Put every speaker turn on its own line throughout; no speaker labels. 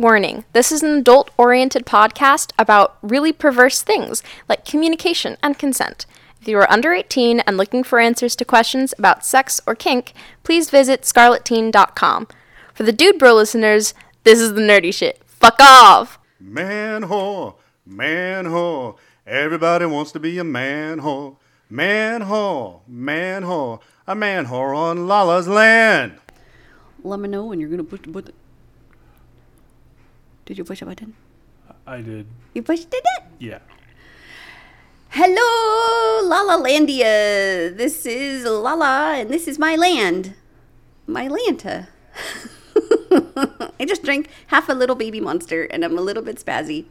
Warning this is an adult oriented podcast about really perverse things like communication and consent. If you are under 18 and looking for answers to questions about sex or kink, please visit scarletteen.com. For the Dude Bro listeners, this is the nerdy shit. Fuck off!
Man whore, man whore. Everybody wants to be a man whore. Man whore, man whore. A man whore on Lala's land.
Let me know when you're gonna push the button. Did you push a button?
I did.
You pushed it.
Yeah.
Hello, Lala Landia. This is Lala, and this is my land, my Lanta. I just drank half a little baby monster, and I'm a little bit spazzy.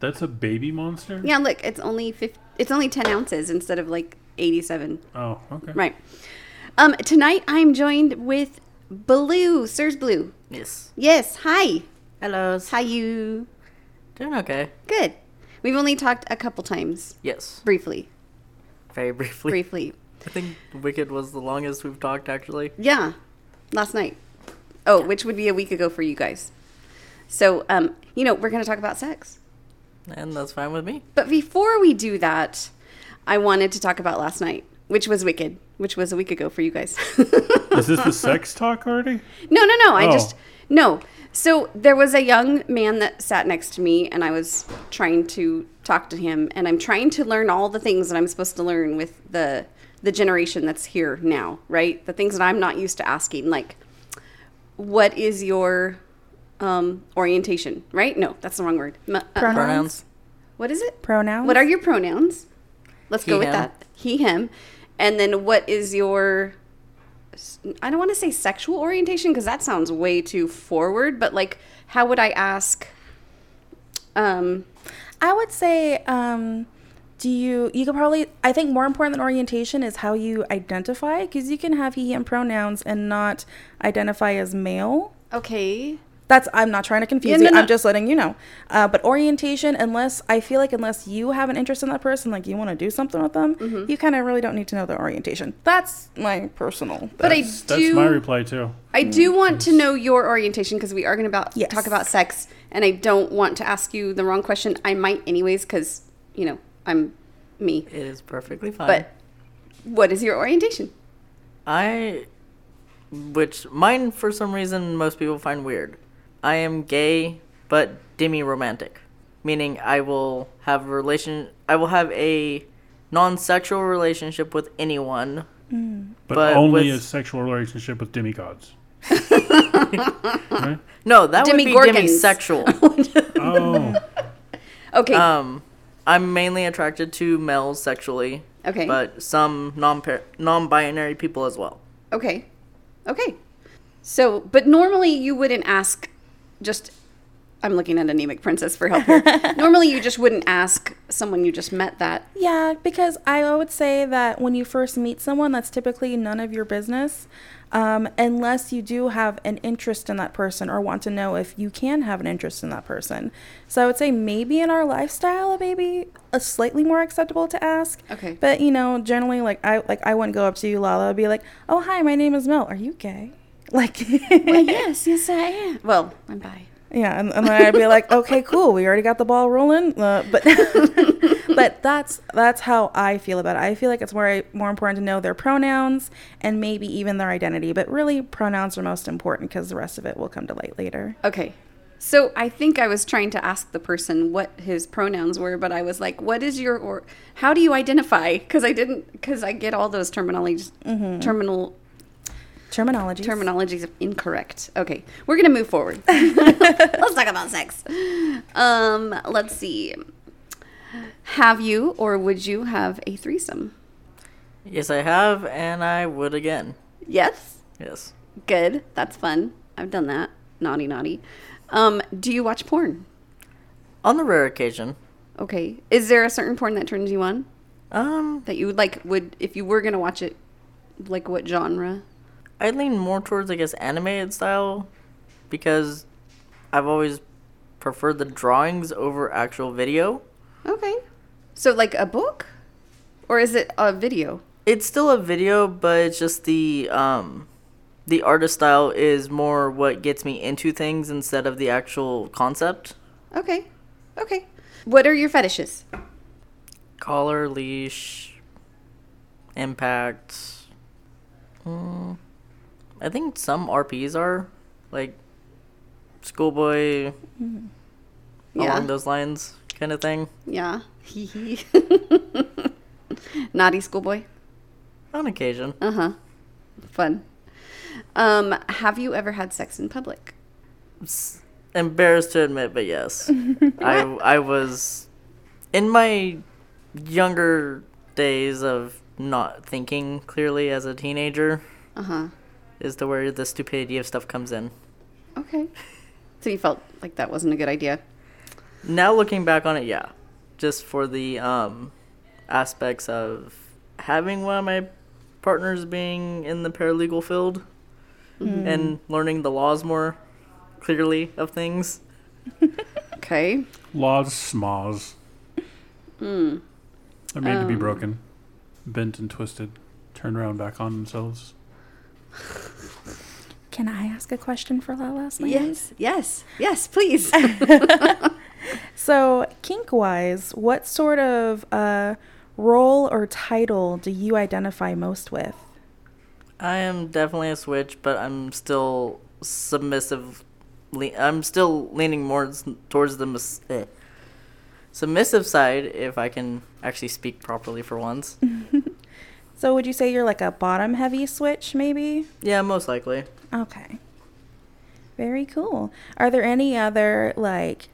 That's a baby monster?
Yeah, look, it's only 50, it's only ten ounces instead of like eighty-seven.
Oh, okay.
Right. Um, tonight I'm joined with Blue, Sirs Blue.
Yes.
Yes, hi.
Hello.
How you?
Doing okay.
Good. We've only talked a couple times,
Yes.
briefly,
Very briefly.
briefly.
I think Wicked was the longest we've talked, actually.
Yeah, last night. Oh, which would be a week ago for you guys. So, um, you know, we're going to talk about sex.
And that's fine with me.
But before we do that, I wanted to talk about last night, which was wicked, which was a week ago for you guys.
Is this the sex talk already?
No, no, no. I
Oh.
just no. So there was a young man that sat next to me, and I was trying to talk to him, and I'm trying to learn all the things that I'm supposed to learn with the the generation that's here now, right? The things that I'm not used to asking, like, what is your um, orientation? Right? No, that's the wrong word. M- uh,
Pronouns.
What is it?
pronouns.
What are your pronouns? Let's
He,
go with
him.
that. He, him. And then what is your, I don't want to say sexual orientation because that sounds way too forward, but like, how would I ask? Um,
I would say, um, do you? You could probably. I think more important than orientation is how you identify, because you can have he him pronouns and not identify as male.
okay.
That's. I'm not trying to confuse
no,
you.
no.
I'm just letting you know. Uh, but orientation, unless I feel like unless you have an interest in that person, like you want to do something with them,
Mm-hmm.
you kind of really don't need to know their orientation. That's my personal.
But I
That's
do,
my mm, reply, too.
I do want to know your orientation because we are going to about
Yes.
talk about sex, and I don't want to ask you the wrong question. I might anyways because you know I'm me.
It is perfectly fine.
But what is your orientation?
I. Which mine, for some reason, most people find weird. I am gay, but demi romantic. Meaning I will have a relation. I will have a non sexual relationship with anyone.
But,
But
only
with-
a sexual relationship with demigods.
No, that would be
Demigorgons.
demisexual.
Oh.
Okay.
Um, I'm mainly attracted to males sexually.
Okay.
But some non non-binary people as well.
Okay. Okay. So, but normally you wouldn't ask just I'm looking at anemic princess for help here. normally you just wouldn't ask someone you just met that.
Yeah, because I would say that when you first meet someone, that's typically none of your business, um, unless you do have an interest in that person or want to know if you can have an interest in that person. So I would say maybe in our lifestyle, maybe a slightly more acceptable to ask.
Okay.
But you know, generally, like I like I wouldn't go up to you, Lala, and be like, "Oh, hi, my name is Mel. Are you gay?" Like,
yes, yes I am. Well, I'm bi.
Yeah, and, and then I'd be like, okay, cool, we already got the ball rolling. Uh, but but that's that's how I feel about it. I feel like it's more more important to know their pronouns and maybe even their identity. But really, pronouns are most important because the rest of it will come to light later.
Okay. So, I think I was trying to ask the person what his pronouns were, but I was like, what is your or how do you identify? Cuz I didn't cuz I get all those terminologies terminal
Terminology.
terminologies incorrect. Okay, we're gonna move forward. let's talk about sex. Um, let's see. Have you or would you have a threesome?
Yes, I have, and I would again.
Yes.
Yes.
Good. That's fun. I've done that. Naughty, naughty. Um, do you watch porn?
On the rare occasion.
Okay. Is there a certain porn that turns you on
Um,
that you would like? Would if you were gonna watch it, like what genre?
I lean more towards, I guess, animated style, because I've always preferred the drawings over actual video.
Okay. So like a book, or is it a video?
It's still a video, but it's just the um, the artist style is more what gets me into things instead of the actual concept.
Okay. Okay. What are your fetishes?
Collar, leash, impact. Mm, I think some RPs are like schoolboy
Yeah. Oh,
along those lines kind of thing.
Yeah. Hee hee. Naughty schoolboy.
On occasion.
Uh huh. Fun. Um, have you ever had sex in public?
s- embarrassed to admit, but yes, I I was in my younger days of not thinking clearly as a teenager
Uh huh.
is the where the stupidity of stuff comes in.
Okay. So you felt like that wasn't a good idea.
Now looking back on it, yeah, just for the um aspects of having one of my partners being in the paralegal field and learning the laws more clearly of things.
Okay.
Laws smaws.
Hmm.
They're made
Um.
to be broken, bent and twisted, turned around back on themselves.
Can I ask a question for La last night?
Yes. Yes. Yes. Please.
So, kink wise, what sort of uh, role or title do you identify most with?
I am definitely a switch, but I'm still submissive. le- I'm still leaning more s- towards the mis- eh, submissive side, if I can actually speak properly for once.
So, would you say you're like a bottom heavy switch, maybe?
yeah, most likely.
Okay. Very cool. Are there any other like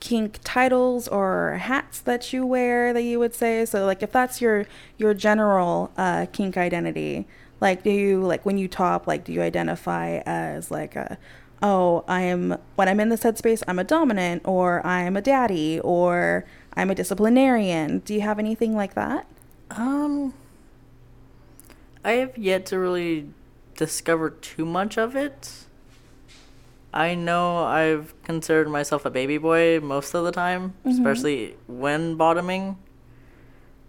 kink titles or hats that you wear that you would say? So like if that's your your general uh, kink identity, like do you like when you top like do you identify as like a oh I am when I'm in this headspace I'm a dominant or I'm a daddy or I'm a disciplinarian. Do you have anything like that?
Um, I have yet to really discover too much of it. I know I've considered myself a baby boy most of the time, especially when bottoming.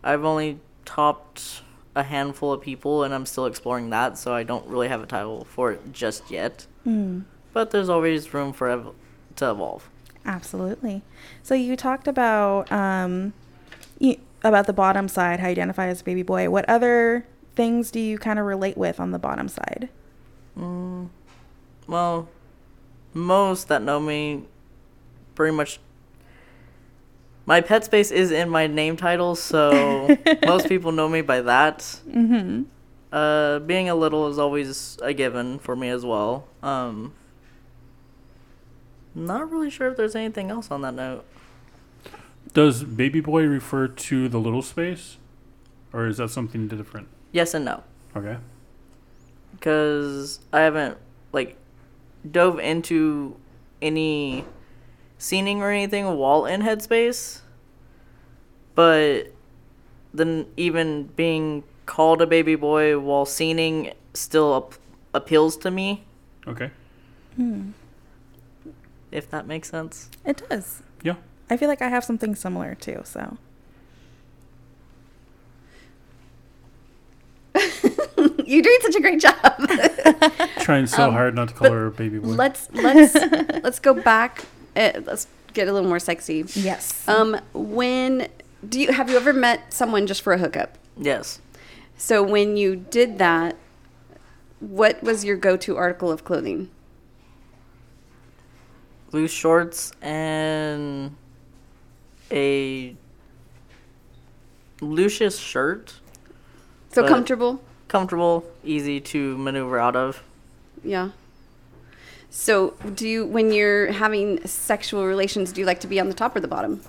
I've only topped a handful of people, and I'm still exploring that, so I don't really have a title for it just yet. But there's always room for ev- to evolve.
Absolutely. So you talked about um, you, about the bottom side, how you identify as a baby boy. What other things do you kind of relate with on the bottom side?
well, most that know me pretty much. My pet space is in my name title, so most people know me by that. Mm-hmm. Uh, being a little is always a given for me as well. Um, not really sure if there's anything else on that note.
Does baby boy refer to the little space, or is that something different?
Yes and no.
Okay.
because I haven't like dove into any scening or anything while in Headspace. But then even being called a baby boy while scening still ap- appeals to me,
Okay.
if that makes sense.
It does.
Yeah.
I feel like I have something similar too. So
You're doing such a great job.
Trying so
Um,
hard not to call her a baby boy.
let's let's let's go back. Uh, let's get a little more sexy.
yes,
Um, when do you have you ever met someone just for a hookup?
Yes.
So when you did that, what was your go-to article of clothing?
Loose shorts and a Lucius shirt.
So
Uh,
comfortable,
Comfortable, easy to maneuver out of.
yeah. So do you when you're having sexual relations, do you like to be on the top or the bottom?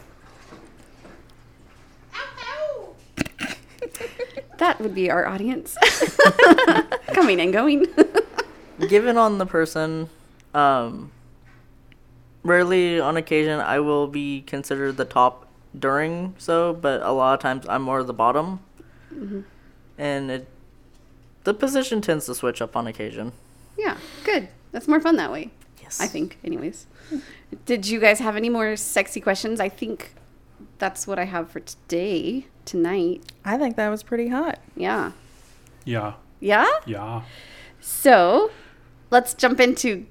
That would be our audience coming and going.
given on the person um rarely on occasion i will be considered the top during so but a lot of times i'm more the bottom and it the position tends to switch up on occasion
yeah, good. That's more fun that way.
yes
I think, anyways. Did you guys have any more sexy questions? I think that's what I have for today, tonight.
I think that was pretty hot.
Yeah.
yeah.
Yeah?
Yeah.
So, let's jump into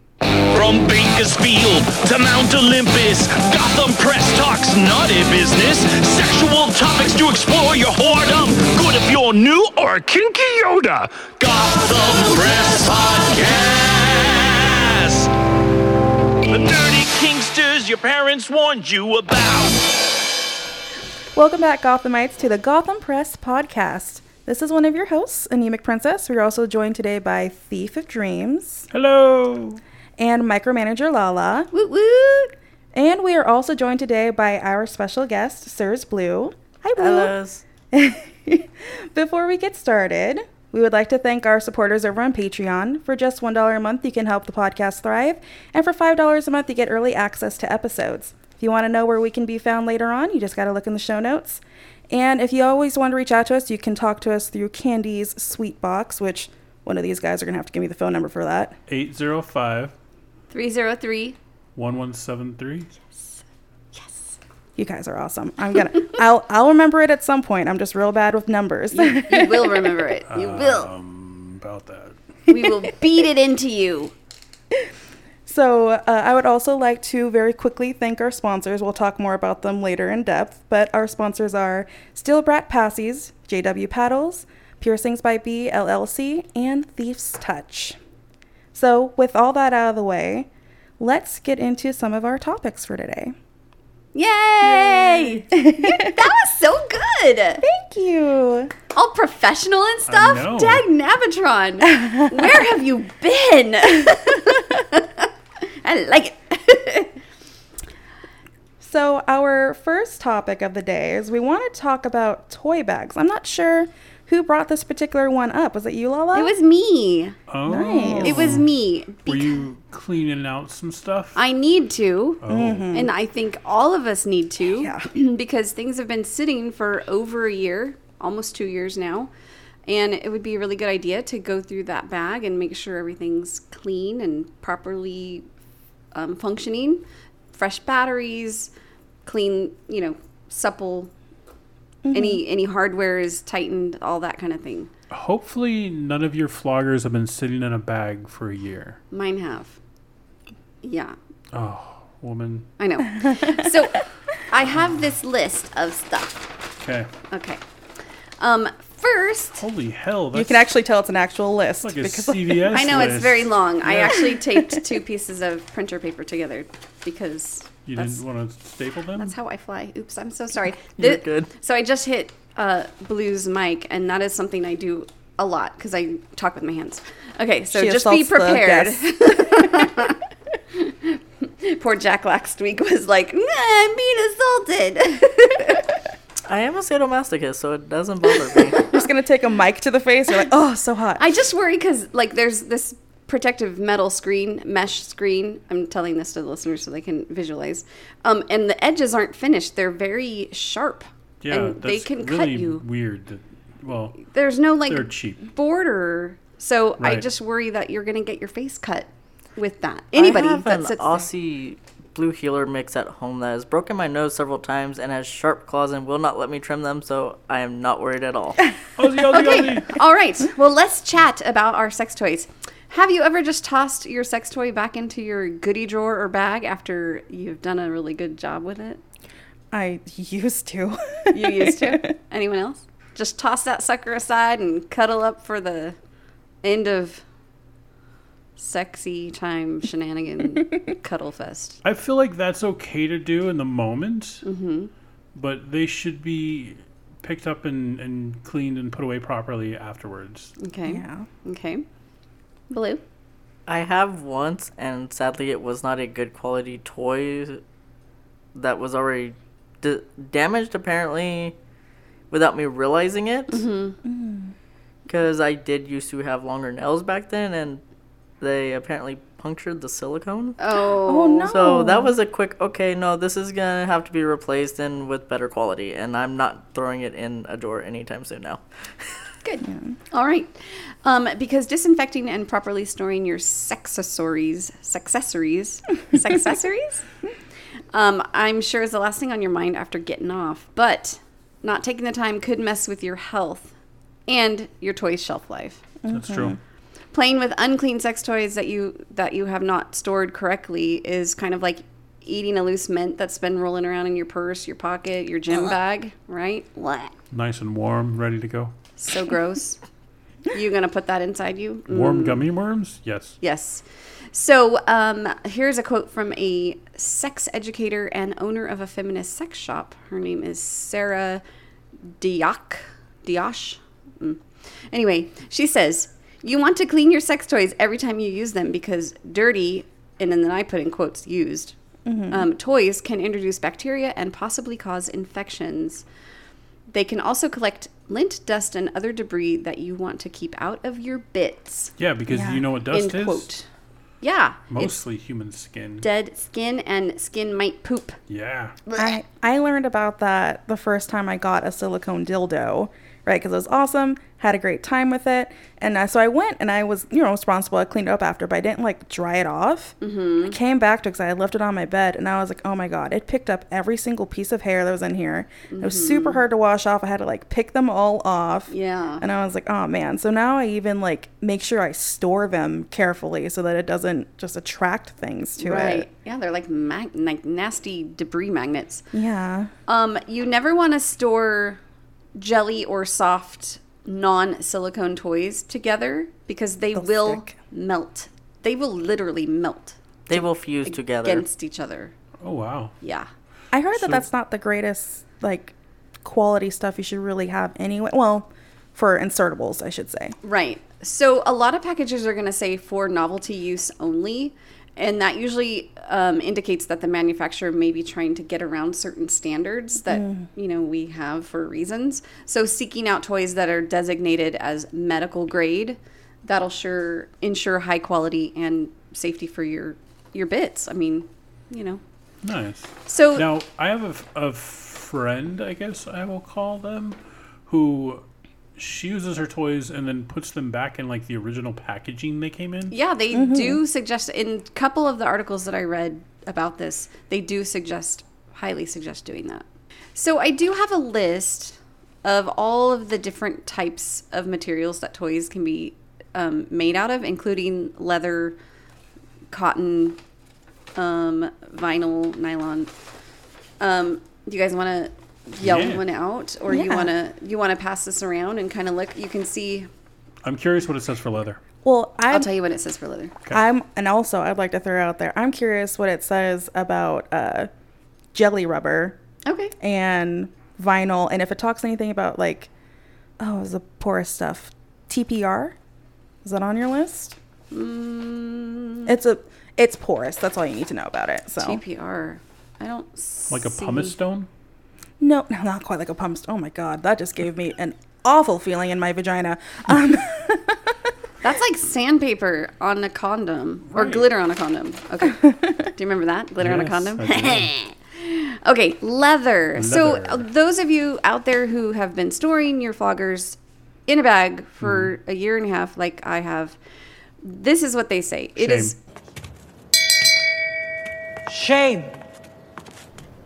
From Bakersfield to Mount Olympus, Gotham Press talks naughty business, sexual topics to explore your whoredom. Good if you're new or a kinky Yoda. Gotham Press Podcast. The dirty kingsters your parents warned you about.
Welcome back, Gothamites, to the Gotham Press podcast. This is one of your hosts, Anemic Princess. We're also joined today by Thief of Dreams
Hello.
and Micromanager Lala.
woot woot.
And we are also joined today by our special guest, Sirs Blue. Hi, Blue.
Fellas.
Before we get started, we would like to thank our supporters over on Patreon. For just $1 a month, you can help the podcast thrive, and for $5 a month, you get early access to episodes. If you want to know where we can be found later on, you just got to look in the show notes. And if you always want to reach out to us, you can talk to us through Candy's Sweet Box, which one of these guys are going to have to give me the phone number for that.
805
303.
1173.
You guys are awesome. I'm going to I'll I'll remember it at some point. I'm just real bad with numbers.
You will remember it. You
Um.
will.
About that.
We will beat it into you.
So, uh, I would also like to very quickly thank our sponsors. We'll talk more about them later in depth, but our sponsors are Steel Brat Passies, JW Paddles, Piercings by B LLC, and Thief's Touch. So, with all that out of the way, let's get into some of our topics for today.
Yay! that was so good.
Thank you.
All professional and stuff.
know.
Dag Navitron, where have you been? I like it.
So, our first topic of the day is we want to talk about toy bags. I'm not sure who brought this particular one up. Was it you, Lala?
it was me.
Oh.
Nice.
It was me.
Were you cleaning out some stuff?
I need to. And I think all of us need to
Yeah.
because things have been sitting for over a year, almost two years now. And it would be a really good idea to go through that bag and make sure everything's clean and properly um, functioning. Fresh batteries, clean, you know, supple. Any any hardware is tightened, all that kind of thing.
Hopefully, none of your floggers have been sitting in a bag for a year.
Mine have, yeah.
Oh, woman.
I know. so I have this list of stuff.
Okay.
Okay. Um, first,
Holy hell. That's
you can actually tell it's an actual list
like a CVS.
I know it's
list.
very long. I actually taped two pieces of printer paper together because
You
that's,
didn't want to staple them?
that's how I fly. Oops, I'm so sorry.
You're
Thi-
good.
So I just hit uh, Blue's mic, and that is something I do a lot because I talk with my hands. Okay, so
She
just be
assaults the
prepared.
guests.
Poor Jack last week was like, "Nah, I'm being assaulted.
I am a sadomasochist, so it doesn't bother me.
just gonna take a mic to the face. You're like, oh, so hot.
I just worry because like there's this protective metal screen, mesh screen. I'm telling this to the listeners so they can visualize. Um, and the edges aren't finished; they're very sharp.
yeah,
and they
that's
can
really
cut you.
weird. that- Well,
There's no like
They're cheap.
border, so I
Right.
just worry that you're gonna get your face cut with that. Anybody
I have
that
an
sits there.
Aussie blue healer mix at home that has broken my nose several times and has sharp claws and will not let me trim them, so I am not worried at all.
Ozzy, Ozzy,
Okay.
Ozzy.
All right. Well, let's chat about our sex toys. Have you ever just tossed your sex toy back into your goodie drawer or bag after you've done a really good job with it?
I used to.
You used to. Anyone else? Just toss that sucker aside and cuddle up for the end of sexy time shenanigan cuddle fest.
I feel like that's okay to do in the moment,
Mm-hmm.
but they should be picked up and, and cleaned and put away properly afterwards.
Okay.
yeah.
Okay. Blue.
I have once, and sadly, it was not a good quality toy that was already d- damaged, apparently, without me realizing it. Because I did used to have longer nails back then, and they apparently punctured the silicone.
Oh.
Oh no.
So that was a quick, okay, no, this is going to have to be replaced and with better quality, and I'm not throwing it in a drawer anytime soon now.
Good. All right. Um, because disinfecting and properly storing your sexaccessories, sexaccessories, sexaccessories, um, I'm sure is the last thing on your mind after getting off. But not taking the time could mess with your health and your toy's shelf life.
That's true.
playing with unclean sex toys that you that you have not stored correctly is kind of like eating a loose mint that's been rolling around in your purse, your pocket, your gym bag, right? Blech.
Nice and warm, ready to go.
So gross. you gonna put that inside you? Mm.
Warm gummy worms? Yes.
Yes. So um, here's a quote from a sex educator and owner of a feminist sex shop. Her name is Sarah Diak. Diosh? Mm. Anyway, she says, You want to clean your sex toys every time you use them because dirty, and then I put in quotes, used, um, toys can introduce bacteria and possibly cause infections. They can also collect lint, dust, and other debris that you want to keep out of your bits.
Yeah, because you know what dust
End
is?
quote. Yeah. It's
Mostly human skin.
dead skin and skin might poop.
Yeah.
I, I learned about that the first time I got a silicone dildo, right? Because it was awesome, had a great time with it. And uh, so I went and I was, you know, responsible. I cleaned it up after, but I didn't like dry it off. Mm-hmm. I came back to because I had left it on my bed and I was like, oh my God, it picked up every single piece of hair that was in here. It was super hard to wash off. I had to like pick them all off.
Yeah.
And I was like, oh man. So now I even like make sure I store them carefully so that it doesn't just attract things to it.
Yeah, they're like mag- like nasty debris magnets.
Yeah.
Um, you never want to store jelly or soft non-silicone toys together because they
They'll
will
stick.
melt. They will literally melt
They will fuse together.
against each other.
Oh, wow.
Yeah.
I heard that that's not the greatest like quality stuff you should really have anyway. Well, for insertables, I should say.
Right. So a lot of packages are going to say for novelty use only, and that usually um, indicates that the manufacturer may be trying to get around certain standards that you know we have for reasons. So seeking out toys that are designated as medical grade, that'll sure ensure high quality and safety for your your bits. I mean, you know.
Nice.
So
Now, I have a, f- a friend, I guess I will call them, who she uses her toys and then puts them back in like the original packaging they came in.
Yeah, they do suggest in a couple of the articles that I read about this, they do suggest highly suggest doing that. So I do have a list of all of the different types of materials that toys can be um, made out of, including leather, cotton, um, vinyl, nylon. Um, do you guys want to yell
Yeah.
one out, or you
Yeah.
want to you want to pass this around and kind of look? You can see.
I'm curious what it says for leather.
Well, I
I'll tell you what it says for leather.
I'm and also I'd like to throw out there. I'm curious what it says about uh, jelly rubber
Okay.
and vinyl, and if it talks anything about like oh, it was the porous stuff. TPR is that on your list?
Mm.
It's a it's porous. That's all you need to know about it. So
TPR. I don't
Like a
see-
pumice stone?
No, no, not quite like a pump. st- Oh my god, that just gave me an awful feeling in my vagina. Um,
That's like sandpaper on a condom or
Right.
glitter on a condom. Okay. Do you remember that? Glitter
Yes,
on a condom?
I
okay, leather. So,
Leather.
uh, those of you out there who have been storing your floggers in a bag for
Mm-hmm.
a year and a half, like I have, this is what they say. It is
Shame.
Shame.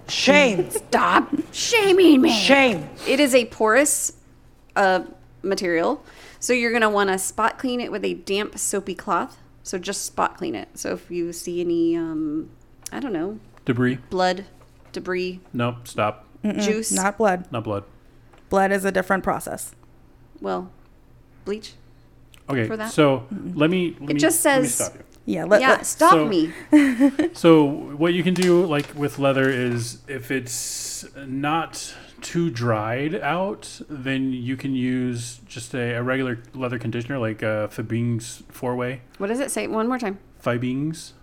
Shame.
stop shaming me.
Shame.
It is a porous uh, material, so you're gonna want to spot clean it with a damp, soapy cloth. So just spot clean it. So if you see any, um, I don't know,
Debris?
blood, debris,
Nope, stop.
juice,
not blood.
Not blood.
Blood is a different process.
well, bleach.
Okay,
that?
so let me. Let
It
me,
just
let me
says-
stop you.
Yeah, let,
Yeah,
let-
stop
so-
me.
So what you can do, like with leather, is if it's not too dried out, then you can use just a, a regular leather conditioner, like uh, Fabings Four Way.
What does it say? One more time.
Fibings.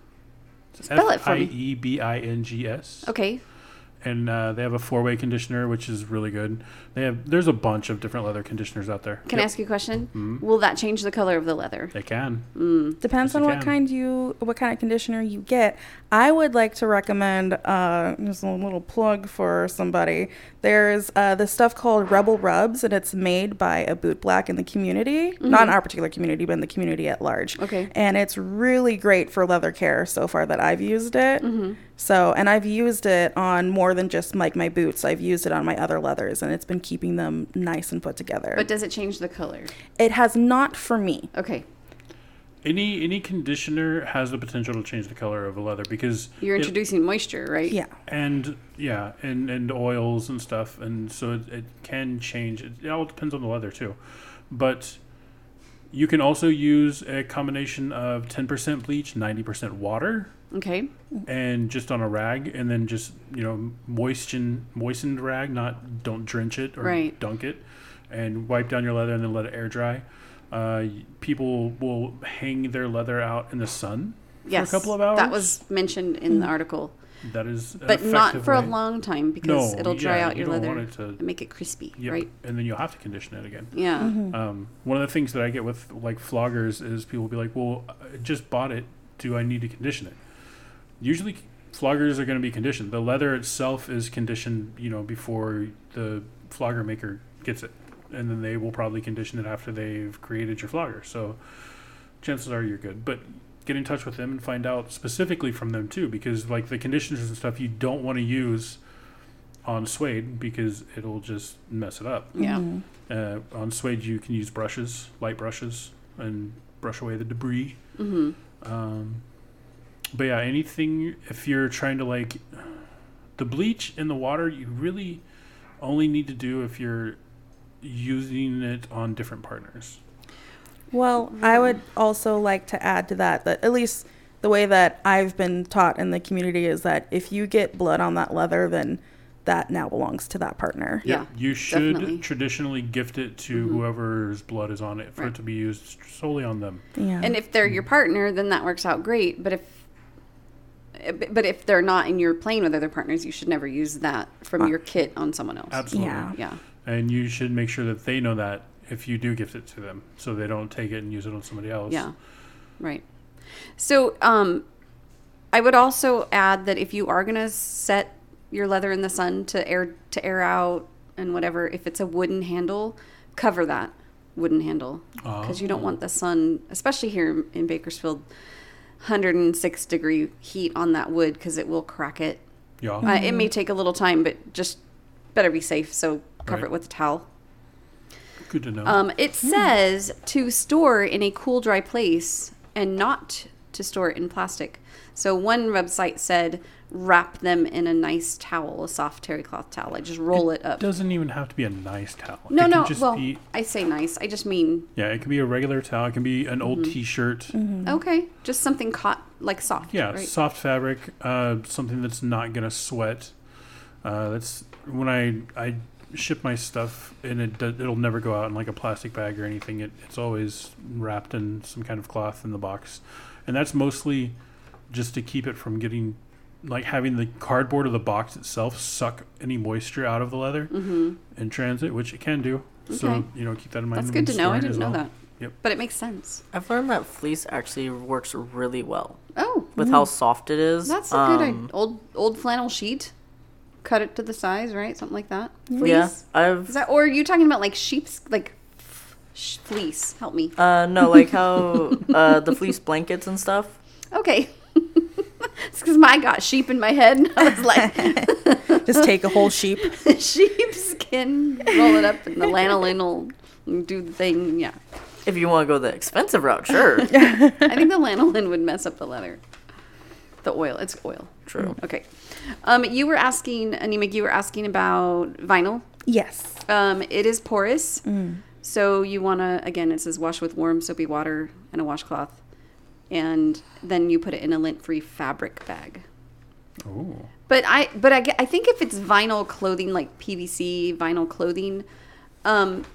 Spell it for me.
F-I-E-B-I-N-G-S.
Okay.
And uh, they have a four-way conditioner, which is really good. They have there's a bunch of different leather conditioners out there.
Can I ask you a question?
Mm-hmm.
Will that change the color of the leather?
They can. Yes,
Depends
you
on what
can.
kind you, what kind of conditioner you get. I would like to recommend, uh, just a little plug for somebody. There's uh, this stuff called Rebel Rubs, and it's made by a boot black in the community, not in our particular community, but in the community at large.
Okay.
And it's really great for leather care so far that I've used it. So, and I've used it on more than just like my boots. I've used it on my other leathers, and it's been keeping them nice and put together.
But does it change the color?
it has not for me.
Okay.
any any conditioner has the potential to change the color of a leather because
You're
it-
introducing moisture, right?
Yeah.
and yeah and and oils and stuff and so it, it can change it, it all depends on the leather too but you can also use a combination of 10% bleach 90% water
Okay.
and just on a rag and then just you know moisten moistened rag not don't drench it or
Right.
dunk it and wipe down your leather and then let it air dry uh, y- people will hang their leather out in the sun
Yes.
for a couple of hours
That was mentioned in the
Mm.
article,
that is an
but not
effective
for a
way.
long time because
No,
it'll dry
yeah,
out
you
your
don't
leather
want it to-
and make it crispy,
Yep.
right?
and then you'll have to condition it again
Yeah.
Um, one of the things that I get with like floggers is people be like, "Well, I just bought it. Do I need to condition it?" Usually, floggers are going to be conditioned. The leather itself is conditioned, you know, before the flogger maker gets it, and then they will probably condition it after they've created your flogger. So, chances are you're good. But get in touch with them and find out specifically from them too, because like the conditioners and stuff you don't want to use on suede because it'll just mess it up.
Yeah.
Uh, on suede, you can use brushes, light brushes, and brush away the debris. Mm-hmm. Um, but yeah, anything if you're trying to like the bleach in the water, you really only need to do if you're using it on different partners.
Well, I would also like to add to that that at least the way that I've been taught in the community is that if you get blood on that leather, then that now belongs to that partner.
Yeah.
You should
definitely. Mm-hmm.
traditionally gift it to whoever's blood is on it for
Right.
it to be used solely on them.
Yeah.
And if they're your partner, then that works out great. But if eh, but if they're not and you're playing with other partners, you should never use that from your kit on someone else.
Absolutely.
Yeah.
Yeah.
And you should make sure that they know that if you do gift it to them so they don't take it and use it on somebody else.
Yeah. Right. So, um, I would also add that if you are going to set your leather in the sun to air to air out and whatever, if it's a wooden handle, cover that wooden handle because you don't want the sun, especially here in Bakersfield, 106 degree heat on that wood because it will crack it.
Yeah.
Uh, it may take a little time, but just better be safe. So cover
Right.
it with a towel.
Good to know.
Um, it
Hmm.
says to store in a cool, dry place and not to store it in plastic. So one website said wrap them in a nice towel, a soft terry cloth towel. Like just roll it, up.
doesn't even have to be a nice towel.
no,
it can
no.
Just
Well,
be,
I say nice. I just mean
yeah, it can be a regular towel. It can be an old
Mm-hmm.
T-shirt.
okay, just something caught like soft.
Hmm. Yeah,
right?
soft fabric, uh, something that's not gonna sweat. Uh, that's when I I ship my stuff and it do, it'll never go out in like a plastic bag or anything. It, it's always wrapped in some kind of cloth in the box, and that's mostly just to keep it from getting like having the cardboard of the box itself suck any moisture out of the leather in transit, which it can do. So
Mm-hmm. Okay.
you know, keep that in mind.
That's
when
good to know. I
storing as
didn't know
well.
that.
Yep.
But it makes sense.
I've learned that fleece actually works really well
Oh,
with how soft it is.
that's a good
Um,
idea. old old flannel sheet. Cut it to the size, right? Something like that.
Hmm.
Fleece.
Yeah,
Is
I've
that or are you talking about like sheep's like f- sh- fleece? Help me.
uh, no like how uh, the fleece blankets and stuff.
Okay. it's because I got sheep in my head, and I was like,
Just take a whole sheep.
sheepskin, roll it up, and the lanolin will do the thing. Yeah,
If you want to go the expensive route, sure.
I think the lanolin would mess up the leather. The oil, it's oil. Mm,
True.
Okay. Um, you were asking, Anemic, you were asking about vinyl.
Yes.
Um, it is porous, so you want to again. It says wash with warm soapy water and a washcloth, and then you put it in a lint-free fabric bag.
Ooh.
But I but I, ge- I think if it's vinyl clothing like PVC vinyl clothing, um,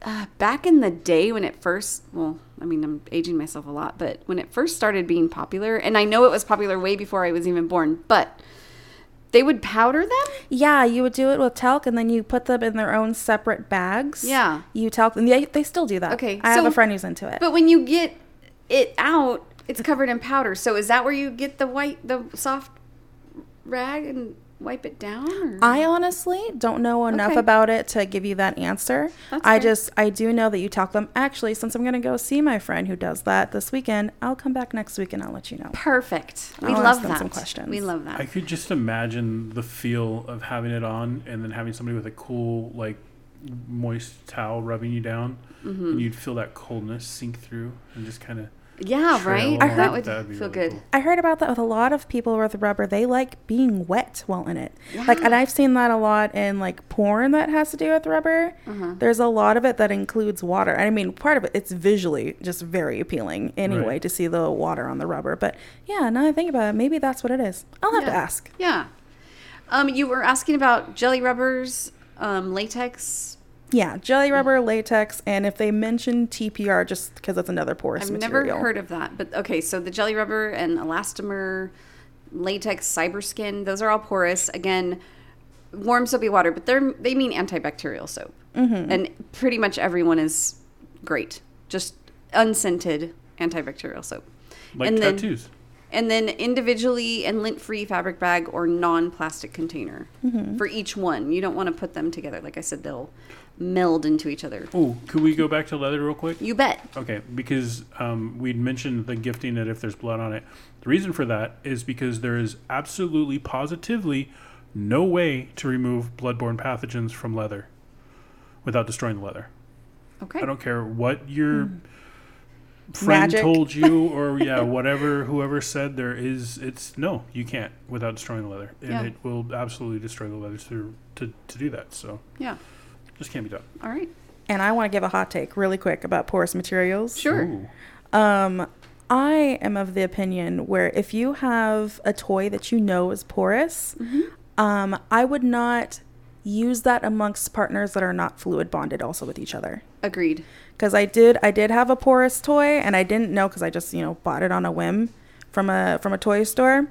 uh, back in the day when it first well I mean I'm aging myself a lot, but when it first started being popular, and I know it was popular way before I was even born, but they would powder them.
Yeah, you would do it with talc, and then you put them in their own separate bags.
Yeah.
You talc, and they, they still do that.
Okay,
I have
so-
a friend who's into it.
But when you get it out, it's covered in powder. So is that where you get the white the soft rag and wipe it down? Or?
I honestly don't know enough
Okay.
about it to give you that answer.
That's
I
fair.
just I do know that you talk them. Actually, since I'm gonna go see my friend who does that this weekend, I'll come back next week and I'll let you know.
Perfect. We
I'll ask
love
them
that.
some questions.
We love that.
I could just imagine the feel of having it on and then having somebody with a cool, like,
Mm-hmm.
moist towel rubbing you down. And you'd feel that coldness sink through and just kind of.
Yeah, Oh, right.
I heard-
that would
That'd be
feel
really
good.
cool.
I heard about that with a lot of people with rubber. They like being wet while in it. Like, and I've seen that a lot in like porn that has to do with rubber. There's a lot of it that includes water. And I mean, part of it, it's visually just very appealing anyway
Right.
to see the water on the rubber. But yeah, now I think about it, maybe that's what it is. I'll have to ask.
Yeah. Um, you were asking about jelly rubbers, um, latex.
Yeah,
Mm.
jelly rubber, latex, and if they mention TPR, just because that's another porous
I've
material.
never heard of that, but okay. So the jelly rubber and elastomer, latex, cyberskin, those are all porous. Again, warm soapy water, but they're they mean antibacterial soap,
Mm-hmm.
and pretty much everyone is great. Just unscented antibacterial soap.
Like
and then-
tattoos.
and then individually and lint-free fabric bag or non-plastic container
Mm-hmm.
for each one. You don't want to put them together. Like I said, they'll meld into each other.
Oh, could we go back to leather real quick?
You bet.
Okay, because um, we'd mentioned the gifting that if there's blood on it. The reason for that is because there is absolutely positively no way to remove bloodborne pathogens from leather without destroying the leather.
Okay.
Oh, I don't care what your friend
Hmm. Magic.
told you or yeah, whatever whoever said there is it's no, you can't without destroying the leather. And
Yeah.
it will absolutely destroy the leather to, to to do that. So
Yeah.
just can't be done.
All right.
And I want to give a hot take really quick about porous materials. Um,
Sure.
I am of the opinion where if you have a toy that you know is porous,
Mm-hmm.
um, I would not use that amongst partners that are not fluid bonded also with each other.
Agreed.
Because I did, I did have a porous toy, and I didn't know because I just you know bought it on a whim from a from a toy store,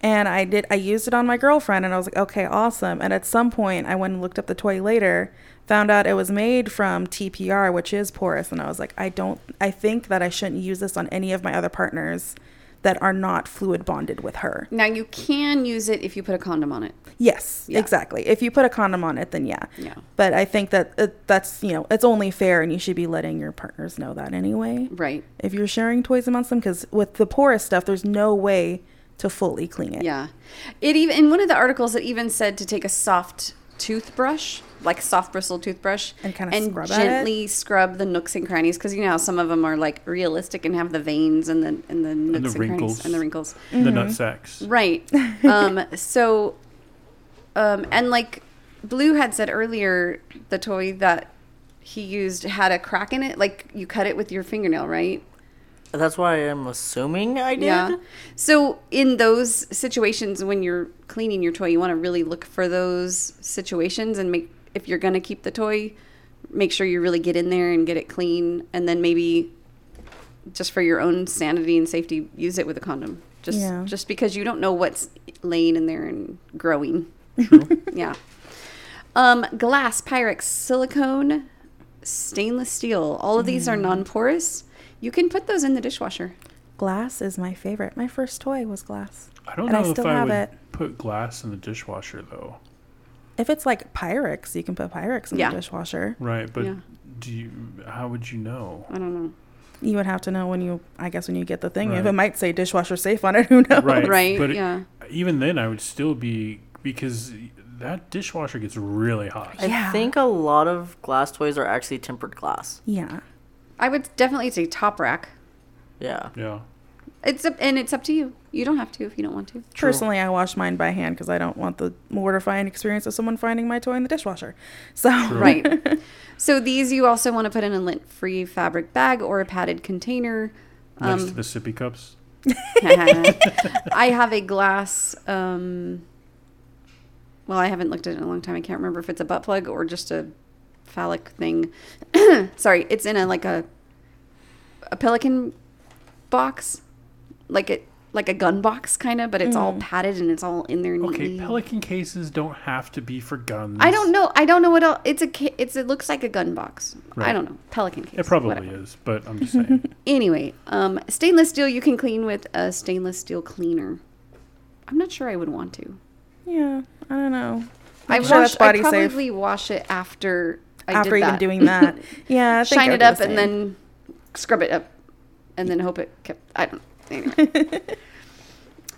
and I did I used it on my girlfriend, and I was like, okay, awesome. And at some point, I went and looked up the toy later, found out it was made from TPR, which is porous, and I was like, I don't, I think that I shouldn't use this on any of my other partners that are not fluid bonded with her.
Now you can use it if you put a condom on it.
Yes,
Yeah.
exactly. If you put a condom on it, then yeah.
Yeah.
But I think that it, that's you know it's only fair, and you should be letting your partners know that anyway.
Right.
If you're sharing toys amongst them, because with the porous stuff, there's no way to fully clean it.
Yeah. It even in one of the articles it even said to take a soft toothbrush, like soft bristle toothbrush,
And kinda scrub at it?
gently scrub the nooks and crannies because you know how some of them are like realistic and have the veins and the and the nooks and,
wrinkles.
crannies and the wrinkles.
The
Mm-hmm.
nut sacks.
Right. Um, so, um, and like Blue had said earlier, the toy that he used had a crack in it. Like you cut it with your fingernail, right?
That's why I'm assuming I did.
Yeah. So in those situations, when you're cleaning your toy, you want to really look for those situations and make if you're gonna keep the toy, make sure you really get in there and get it clean, and then maybe just for your own sanity and safety, use it with a condom. Just
Yeah.
just because you don't know what's laying in there and growing. yeah. Um, glass, Pyrex, silicone, stainless steel. All of these
Mm.
are non-porous. You can put those in the dishwasher.
Glass is my favorite. My first toy was glass.
I don't
And I
know if
still
I
have
would
it.
put glass in the dishwasher though.
If it's like Pyrex, you can put Pyrex in
Yeah.
the dishwasher.
Right, but
Yeah.
do you? How would you know?
I don't know.
You would have to know when you, I guess, when you get the thing. If
Right.
it might say dishwasher safe on it, who knows?
Right,
But it-
yeah.
even then, I would still be because that dishwasher gets really hot.
I
Yeah.
think a lot of glass toys are actually tempered glass.
Yeah.
I would definitely say top rack.
Yeah.
yeah.
It's up, and it's up to you. You don't have to if you don't want to.
Personally, I wash mine by hand because I don't want the mortifying experience of someone finding my toy in the dishwasher. So,
Right. so these you also want to put in a lint-free fabric bag or a padded container. Um,
Next
Um,
to the sippy cups.
I have a glass. Um, well, I haven't looked at it in a long time. I can't remember if it's a butt plug or just a phallic thing. Sorry, it's in a like a a pelican box, like it like a gun box kind of, but it's all padded and it's all in there neatly.
Mm. Okay, pelican cases don't have to be for guns.
I don't know. I don't know what else. It's a. ca- It's. It looks like a gun box. I
Right.
don't know. Pelican case.
It probably
whatever.
is, but I'm just saying.
Anyway, um, stainless steel you can clean with a stainless steel cleaner. I'm not sure I would want to.
yeah, I don't know.
I
sure
wash.
that's body
I
safe.
probably wash it after. I
After
did
even
that.
doing that, yeah, I think I
shine
would
it
do the
up and
same.
then scrub it up, and then hope it kept. I don't. Anyway.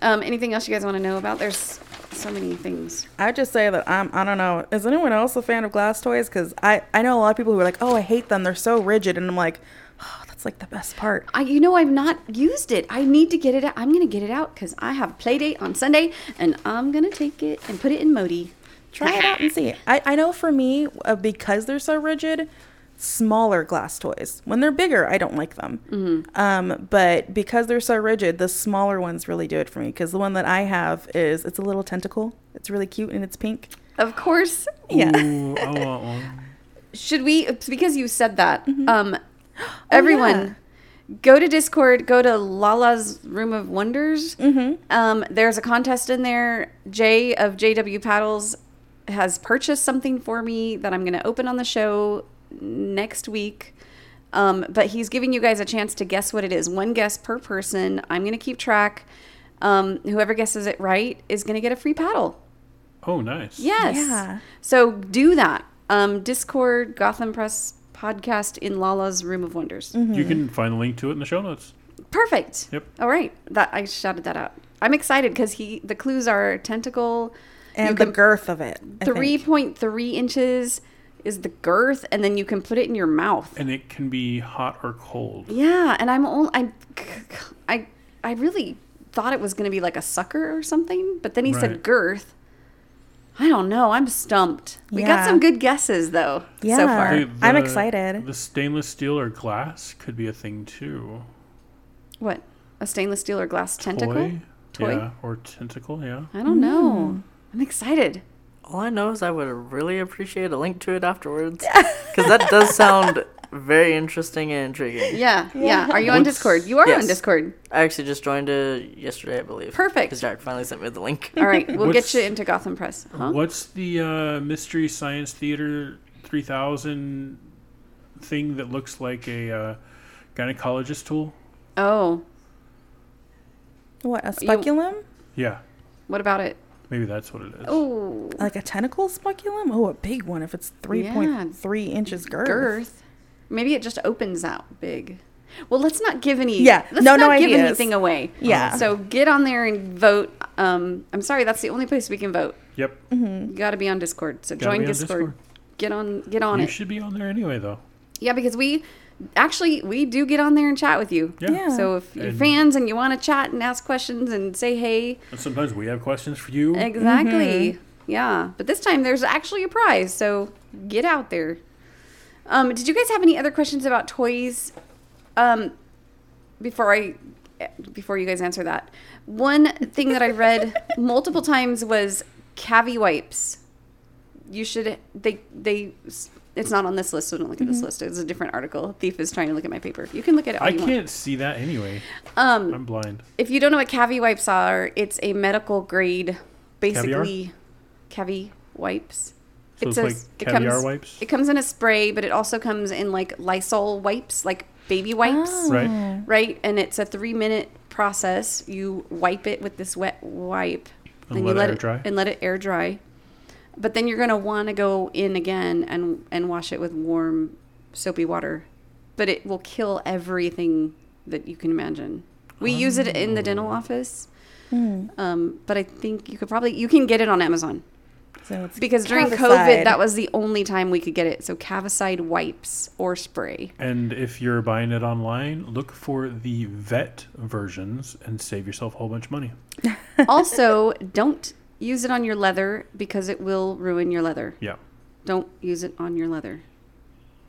um, anything else you guys want to know about? There's so many things.
I just say that I'm. I don't know. Is anyone else a fan of glass toys? Because I I know a lot of people who are like, oh, I hate them. They're so rigid, and I'm like, oh, that's It's like the best part.
I, you know, I've not used it. I need to get it out. I'm going to get it out because I have play date on Sunday and I'm going to take it and put it in Modi.
Try it out and see. I, I know for me, uh, because they're so rigid, smaller glass toys. When they're bigger, I don't like them.
Mm-hmm.
Um, but because they're so rigid, the smaller ones really do it for me. Because the one that I have is it's a little tentacle. It's really cute and it's pink.
Of course.
Yeah.
Ooh, I want one.
Should we, it's because you said that, um, everyone. Go to Discord. Go to Lala's Room of Wonders. Mm-hmm. Um, there's a contest in there. Jay of JW Paddles has purchased something for me that I'm going to open on the show next week. Um, but he's giving you guys a chance to guess what it is. One guess per person. I'm going to keep track. Um, whoever guesses it right is going to get a free paddle.
Oh, nice.
Yes.
Yeah.
So do that. Um, Discord, Gotham Press podcast in Lala's Room of Wonders.
Mm.
You can find the link to it in the show notes.
Perfect.
Yep.
All right. That I shouted that out. I'm excited because he the clues are tentacle.
And
you
the
can-
girth of it. I think.
three point three inches is the girth, and then you can put it in your mouth.
And it can be hot or cold.
yeah, and I'm only I'm I I really thought it was going to be like a sucker or something, but then he
Right.
said girth. I don't know. I'm stumped. We got
Yeah.
some good guesses though so
Yeah.
far.
Dude. I'm excited.
The stainless steel or glass could be a thing too.
What? A stainless steel or glass tentacle?
Toy?
Toy?
Yeah, or tentacle, yeah.
I don't
Hmm.
know. I'm excited.
All I know is I would really appreciate a link to it afterwards because that does sound very interesting and intriguing.
Yeah, yeah. Are you on
What's-
Discord? You are
Yes.
on Discord.
I actually just joined it yesterday, I believe.
Perfect.
Because Jack finally sent me the link.
All right, we'll
What's-
get you into Gotham Press. Huh?
What's the uh, Mystery Science Theater 3000 thing that looks like a uh, gynecologist tool?
Oh,
What, a speculum?
Yeah,
what about it?
maybe that's what it is.
Oh,
Like a tentacle speculum? Oh, a big one if it's 3.3 inches girth.
girth. Maybe it just opens out big. Well, let's not give any.
Yeah,
let's
no,
not
no
give
ideas.
anything away.
Yeah.
So get on there and vote. Um, I'm sorry, that's the only place we can vote.
Yep.
You got to be on Discord. So
Hmm. Gotta
join
be on
Discord.
Discord.
Get on. Get on
You
it.
should be on there anyway, though.
Yeah, because we actually we do get on there and chat with you.
Yeah.
Yeah.
So if you're
And-
fans and you want to chat and ask questions and say hey,
And sometimes we have questions for you.
exactly. Yeah. But this time there's actually a prize, so get out there. Um, did you guys have any other questions about toys? Um, before I before you guys answer that, one thing that I read multiple times was cavi wipes. You should they they. It's not on this list, so don't look at this list. It's a different article. Thief is trying to look at my paper. You can look at it. All
I
you
can't see that anyway.
Want. Um,
I'm blind.
if you don't know what cavi wipes are, it's a medical grade, basically, cavi wipes.
So it's like caviar wipes?
It comes in a spray, but it also comes in like Lysol wipes, like baby wipes,
Oh. Right?
right? And it's a three-minute process. You wipe it with this wet wipe,
And
you
let it
let
air
it
dry?
and let it air dry. But then you're gonna want to go in again and and wash it with warm, soapy water. But it will kill everything that you can imagine. We use it in the
Oh.
dental office, um, but I think you could probably you can get it on Amazon
So it's
because during COVID
Cavicide.
that was the only time we could get it. So cavicide wipes or spray.
And if you're buying it online, look for the vet versions and save yourself a whole bunch of money.
also, don't use it on your leather because it will ruin your leather.
Yeah.
Don't use it on your leather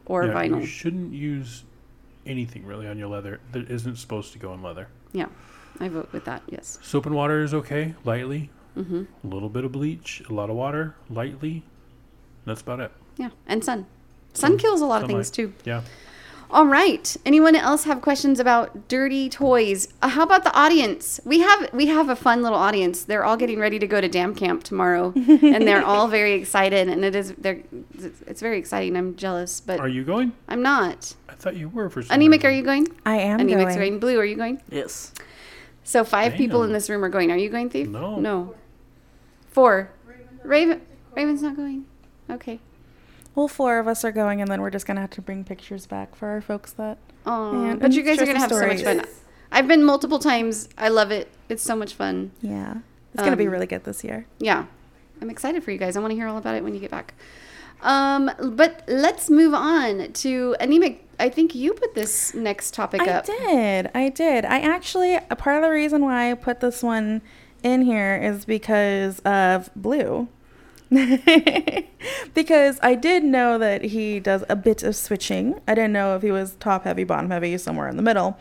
or
yeah You
vinyl.
shouldn't use anything really on your leather that isn't supposed to go in leather.
yeah, I vote with that. Yes.
Soap and water is okay, lightly. Mm-hmm. A little bit of bleach, a lot of water, lightly. That's about it.
Yeah, and sun. Sun kills a lot of
Sunlight.
things too.
Yeah.
All right. Anyone else have questions about dirty toys? Uh, how about the audience? We have we have a fun little audience. They're all getting ready to go to dam camp tomorrow, and they're all very excited. And it is they're it's it's very exciting. I'm jealous, but
Are you going?
I'm not.
I thought you were for some
Anemic, are
reason.
you going?
I am
Anemic's
going.
going. Blue, are you going?
Yes.
So five people in
Damn.
this room are going. Are you going, Thief?
No.
No. Four. Raven. Raven's not going. Okay.
Well, four of us are going, and then we're just gonna have to bring pictures back for our folks that.
Oh,
And-
but you
and
guys are
share
gonna have
some
so much fun.
stories.
I've been multiple times. I love it. It's so much fun.
Yeah, it's gonna be
Um,
really good this year.
Yeah, I'm excited for you guys. I want to hear all about it when you get back. Um, but let's move on to anemic. I think you put this next topic
I
up.
did. I did. I actually, a part of the reason why I put this one in here is because of Blue. because I did know that he does a bit of switching. I didn't know if he was top heavy, bottom heavy, somewhere in the middle.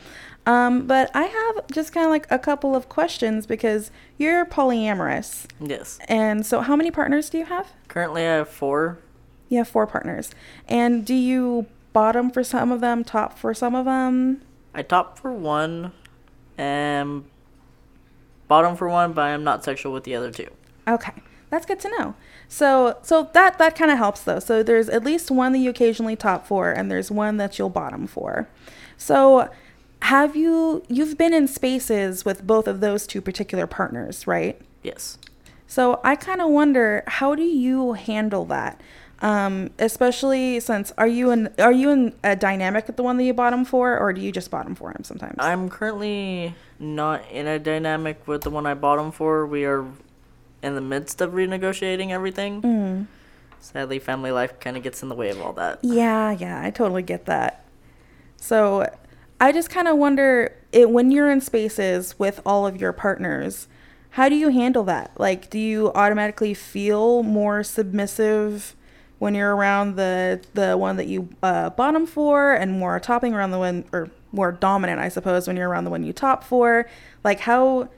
Um, but I have just kind of like a couple of questions because you're polyamorous.
Yes.
And so, how many partners do you have?
Currently, I have four.
You have four partners. And do you bottom for some of them, top for some of them?
I top for one, and bottom for one, but I'm not sexual with the other two.
Okay, that's good to know. So, so that that kind of helps though. So there's at least one that you occasionally top for, and there's one that you'll bottom for. So, have you you've been in spaces with both of those two particular partners, right?
Yes.
So I kind of wonder how do you handle that? Um, especially since are you in are you in a dynamic with the one that you bottom for, or do you just bottom for him sometimes?
I'm currently not in a dynamic with the one I bought him for. We are in the midst of renegotiating everything. Sadly, family life kind of gets in the way of all that.
Yeah, yeah, I totally get that. So I just kind of wonder it, when you're in spaces with all of your partners, how do you handle that? Like, do you automatically feel more submissive when you're around the the one that you uh, bottom for, and more topping around the one, or more dominant, I suppose, when you're around the one you top for? Like, how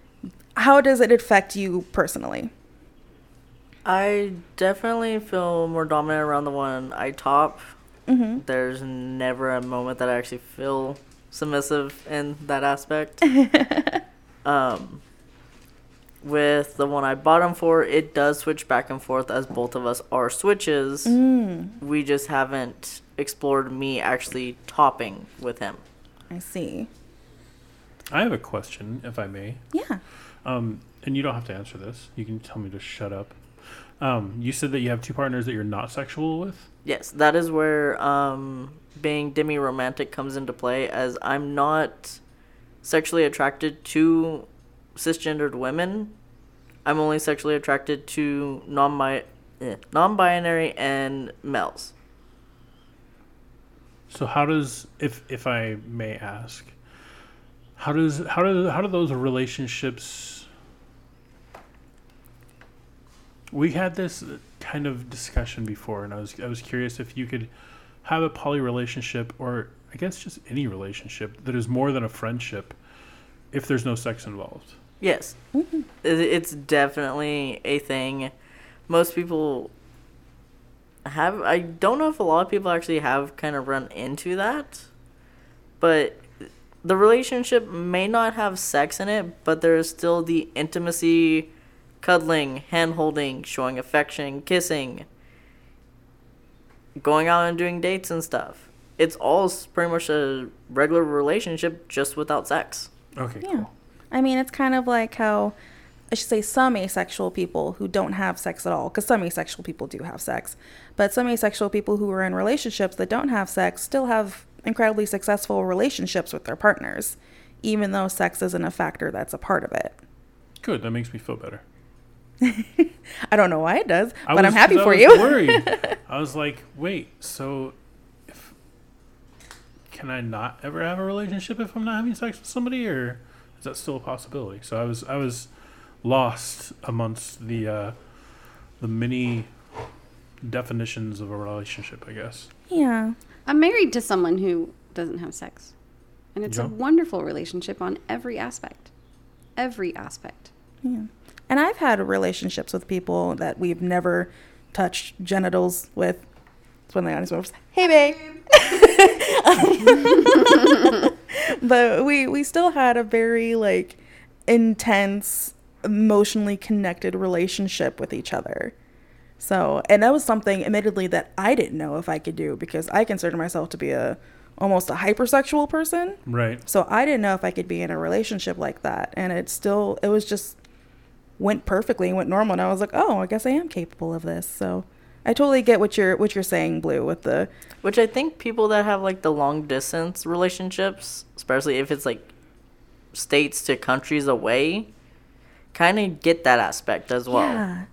how does it affect you personally?
I definitely feel more dominant around the one I top. There's never a moment that I actually feel submissive in that aspect. um, with the one I bottom for, it does switch back and forth as both of us are switches. We just haven't explored me actually topping with him.
I see.
I have a question, if I may.
Yeah.
Um, and you don't have to answer this. You can tell me to shut up. Um, you said that you have two partners that you're not sexual with.
Yes, that is where um, being demi romantic comes into play, as I'm not sexually attracted to cisgendered women. I'm only sexually attracted to non eh, non binary and males.
So how does, if if I may ask, how does how do how do those relationships? We had this kind of discussion before, and I was I was curious if you could have a poly relationship, or I guess just any relationship that is more than a friendship, if there's no sex involved.
Yes. It- It's definitely a thing. Most people have. I don't know if a lot of people actually have kind of run into that, but the relationship may not have sex in it, but there is still the intimacy, cuddling, hand holding, showing affection, kissing, going out and doing dates and stuff. It's all s- pretty much a regular relationship just without sex.
Okay,
Yeah. I mean, it's kind of like how I should say some asexual people who don't have sex at all, because some asexual people do have sex, but some asexual people who are in relationships that don't have sex still have incredibly successful relationships with their partners, even though sex isn't a factor that's a part of it.
Good. That makes me feel better.
I don't know why it does,
I
but I'm
was-
happy
I
for
was
you.
worried. I was like, wait, so if can I not ever have a relationship if I'm not having sex with somebody, or is that still a possibility? So I was I was lost amongst the uh, the many definitions of a relationship, I guess.
yeah.
I'm married to someone who doesn't have sex. And it's
Yeah.
a wonderful relationship on every aspect. Every aspect.
And I've had relationships with people that we've never touched genitals with. It's when the audience members, hey babe. but we we still had a very like intense, emotionally connected relationship with each other. So, and that was something, admittedly, that I didn't know if I could do because I consider myself to be a almost a hypersexual person.
Right.
So I didn't know if I could be in a relationship like that. And it still, it was just, went perfectly, went normal. And I was like, oh, I guess I am capable of this. So I totally get what you're, what you're saying, Blue, with the,
Which I think people that have like the long distance relationships, especially if it's like states to countries away, kind of get that aspect as well.
yeah.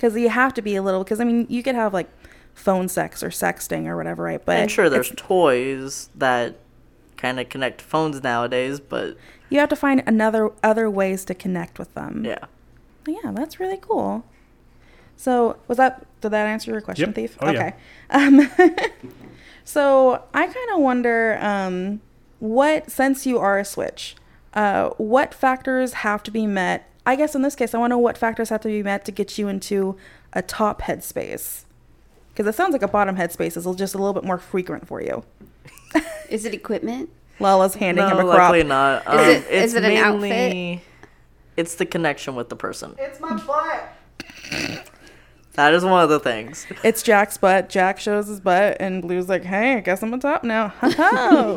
Cause you have to be a little, cause I mean, you could have like phone sex or sexting or whatever, right? But
And sure, there's
it's-
toys that kind of connect phones nowadays, but
you have to find another other ways to connect with them.
yeah.
Yeah, that's really cool. So, was that did that answer your question,
Yep.
Thief?
Oh, yeah.
okay. Um, so, I kind of wonder um, what, since you are a Switch, uh, what factors have to be met? I guess in this case, I want to know what factors have to be met to get you into a top headspace. Because it sounds like a bottom headspace is just a little bit more frequent for you.
Is it equipment?
Lala's handing him a
No,
crop.
luckily not. Um,
it-
it's
is it an outfit?
mainly- It's the connection with the person.
It's my butt.
That is one of the things.
It's Jack's butt. Jack shows his butt, and Blue's like, "Hey, I guess I'm on top now." Ho-ho.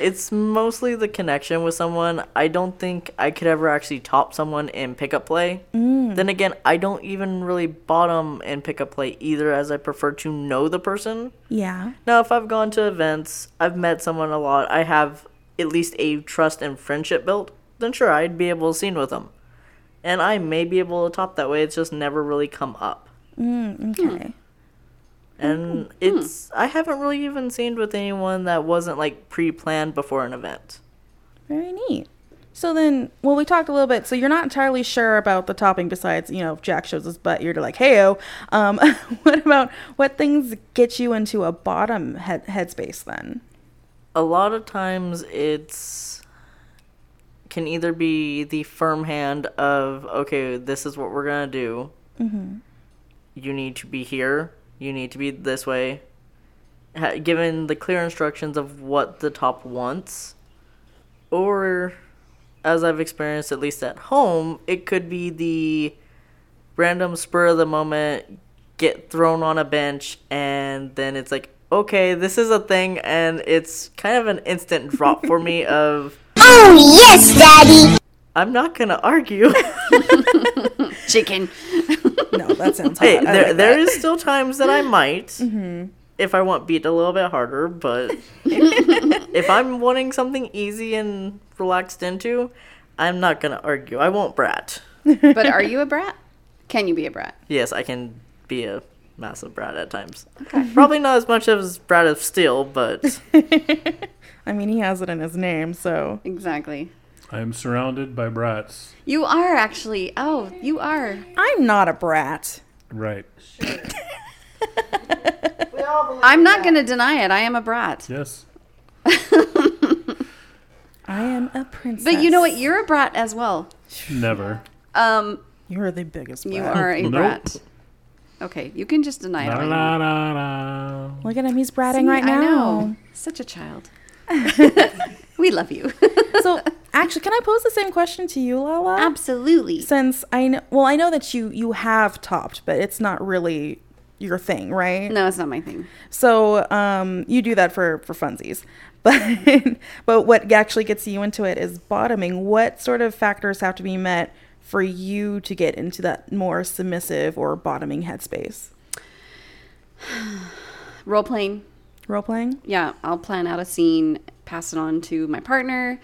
It's mostly the connection with someone. I don't think I could ever actually top someone in pickup play. Then again, I don't even really bottom in pickup play either, as I prefer to know the person.
yeah.
Now, if I've gone to events, I've met someone a lot, I have at least a trust and friendship built, then sure, I'd be able to scene with them. And I may be able to top that way, it's just never really come up.
Hmm.
Okay.
And it's, I haven't really even seen with anyone that wasn't like pre planned before an event.
Very neat. So then, well, we talked a little bit. So you're not entirely sure about the topping, besides you know, if Jack shows his butt, you're like, "Heyo." Um, what about what things get you into a bottom head headspace then?
a lot of times it's can either be the firm hand of okay this is what we're gonna do you need to be here you need to be this way ha- given the clear instructions of what the top wants or as i've experienced at least at home it could be the random spur of the moment get thrown on a bench and then it's like okay this is a thing and it's kind of an instant drop for me of
Oh, yes, Daddy!
i'm not gonna argue
Chicken.
No, that sounds hot.
hey
I
there,
like
there
that.
is still times that i might
Mm-hmm.
if i want beat a little bit harder but if i'm wanting something easy and relaxed into i'm not gonna argue i won't brat
But are you a brat? Can you be a brat?
yes i can be a massive brat at times probably not as much as brat of steel but
I mean, he has it in his name, so
Exactly.
I am surrounded by brats.
You are actually. Oh, you are.
I'm not a brat.
Right.
I'm not going to deny it. I am a brat.
Yes.
I am a princess.
But you know what? You're a brat as well.
Never.
Um,
You're the biggest. Brat.
you are a
Nope.
brat. Okay, you can just deny it.
La,
all you
la,
want.
la, la.
Look at him. He's bratting right now.
I know. Such a child. we love you.
so actually can i pose the same question to you lala
Absolutely.
since i know well i know that you you have topped but it's not really your thing right
No, it's not my thing.
so um you do that for for funsies but but what actually gets you into it is bottoming what sort of factors have to be met for you to get into that more submissive or bottoming headspace
Role playing.
role playing
yeah, I'll plan out a scene, pass it on to my partner,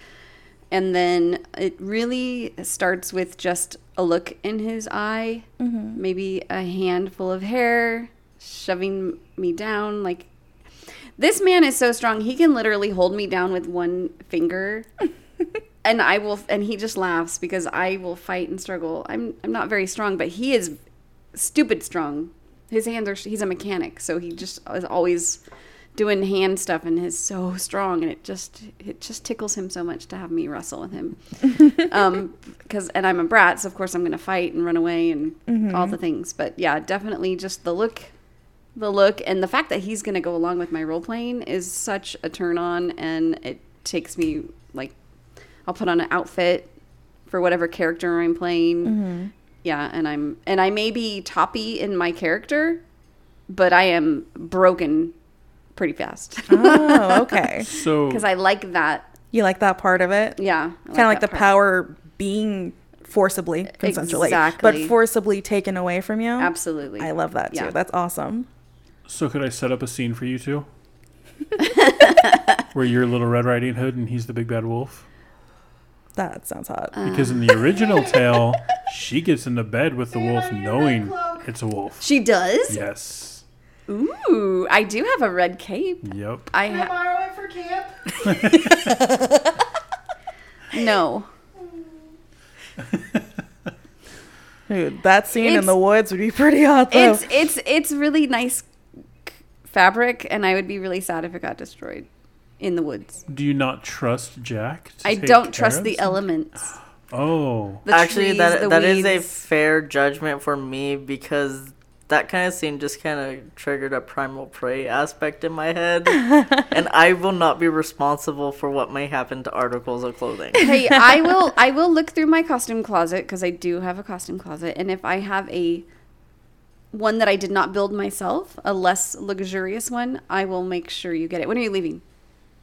and then it really starts with just a look in his eye, maybe a handful of hair shoving me down. Like, this man is so strong, he can literally hold me down with one finger. And I will, and he just laughs because I will fight and struggle. I'm, I'm not very strong, but he is stupid strong. His hands are. He's a mechanic, so he just is always doing hand stuff, and is so strong, and it just it just tickles him so much to have me wrestle with him. um, because and I'm a brat, so of course I'm gonna fight and run away and
Mm-hmm.
all the things. But yeah, definitely just the look, the look, and the fact that he's gonna go along with my role playing is such a turn on, and it takes me like I'll put on an outfit for whatever character I'm playing
Mm-hmm.
yeah and i'm and i may be toppy in my character but i am broken pretty fast
oh okay
So
because i like that
you like that part of it
yeah I
kind of like the
that part.
power being forcibly consensually
Exactly.
but forcibly taken away from you
absolutely
I love that too.
Yeah.
That's awesome.
So could I set up a scene for you two? Where you're Little Red Riding Hood and he's the big bad wolf?
That sounds hot.
Uh, Ah.
Because in the original tale, she gets into bed with the wolf knowing It's a wolf.
She does?
Yes.
Ooh, I do have a red cape.
Yep.
I ha-
borrow it for camp?
no.
Dude, that scene in
It's-
the woods would be pretty hot
Oh.
though.
It's it's it's really nice c- fabric and I would be really sad if it got destroyed in the woods.
Do you not trust Jack? to
I
take
don't
care
trust
of
the
some-
elements.
Oh.
The
Actually,
trees,
that
the
that is a
weeds.
fair judgment for me because that kind of scene just kind of triggered a primal prey aspect in my head, and I will not be responsible for what may happen to articles of clothing.
hey, I will I will look through my costume closet because I do have a costume closet, and if I have a one that I did not build myself, a less luxurious one, I will make sure you get it. When are you leaving?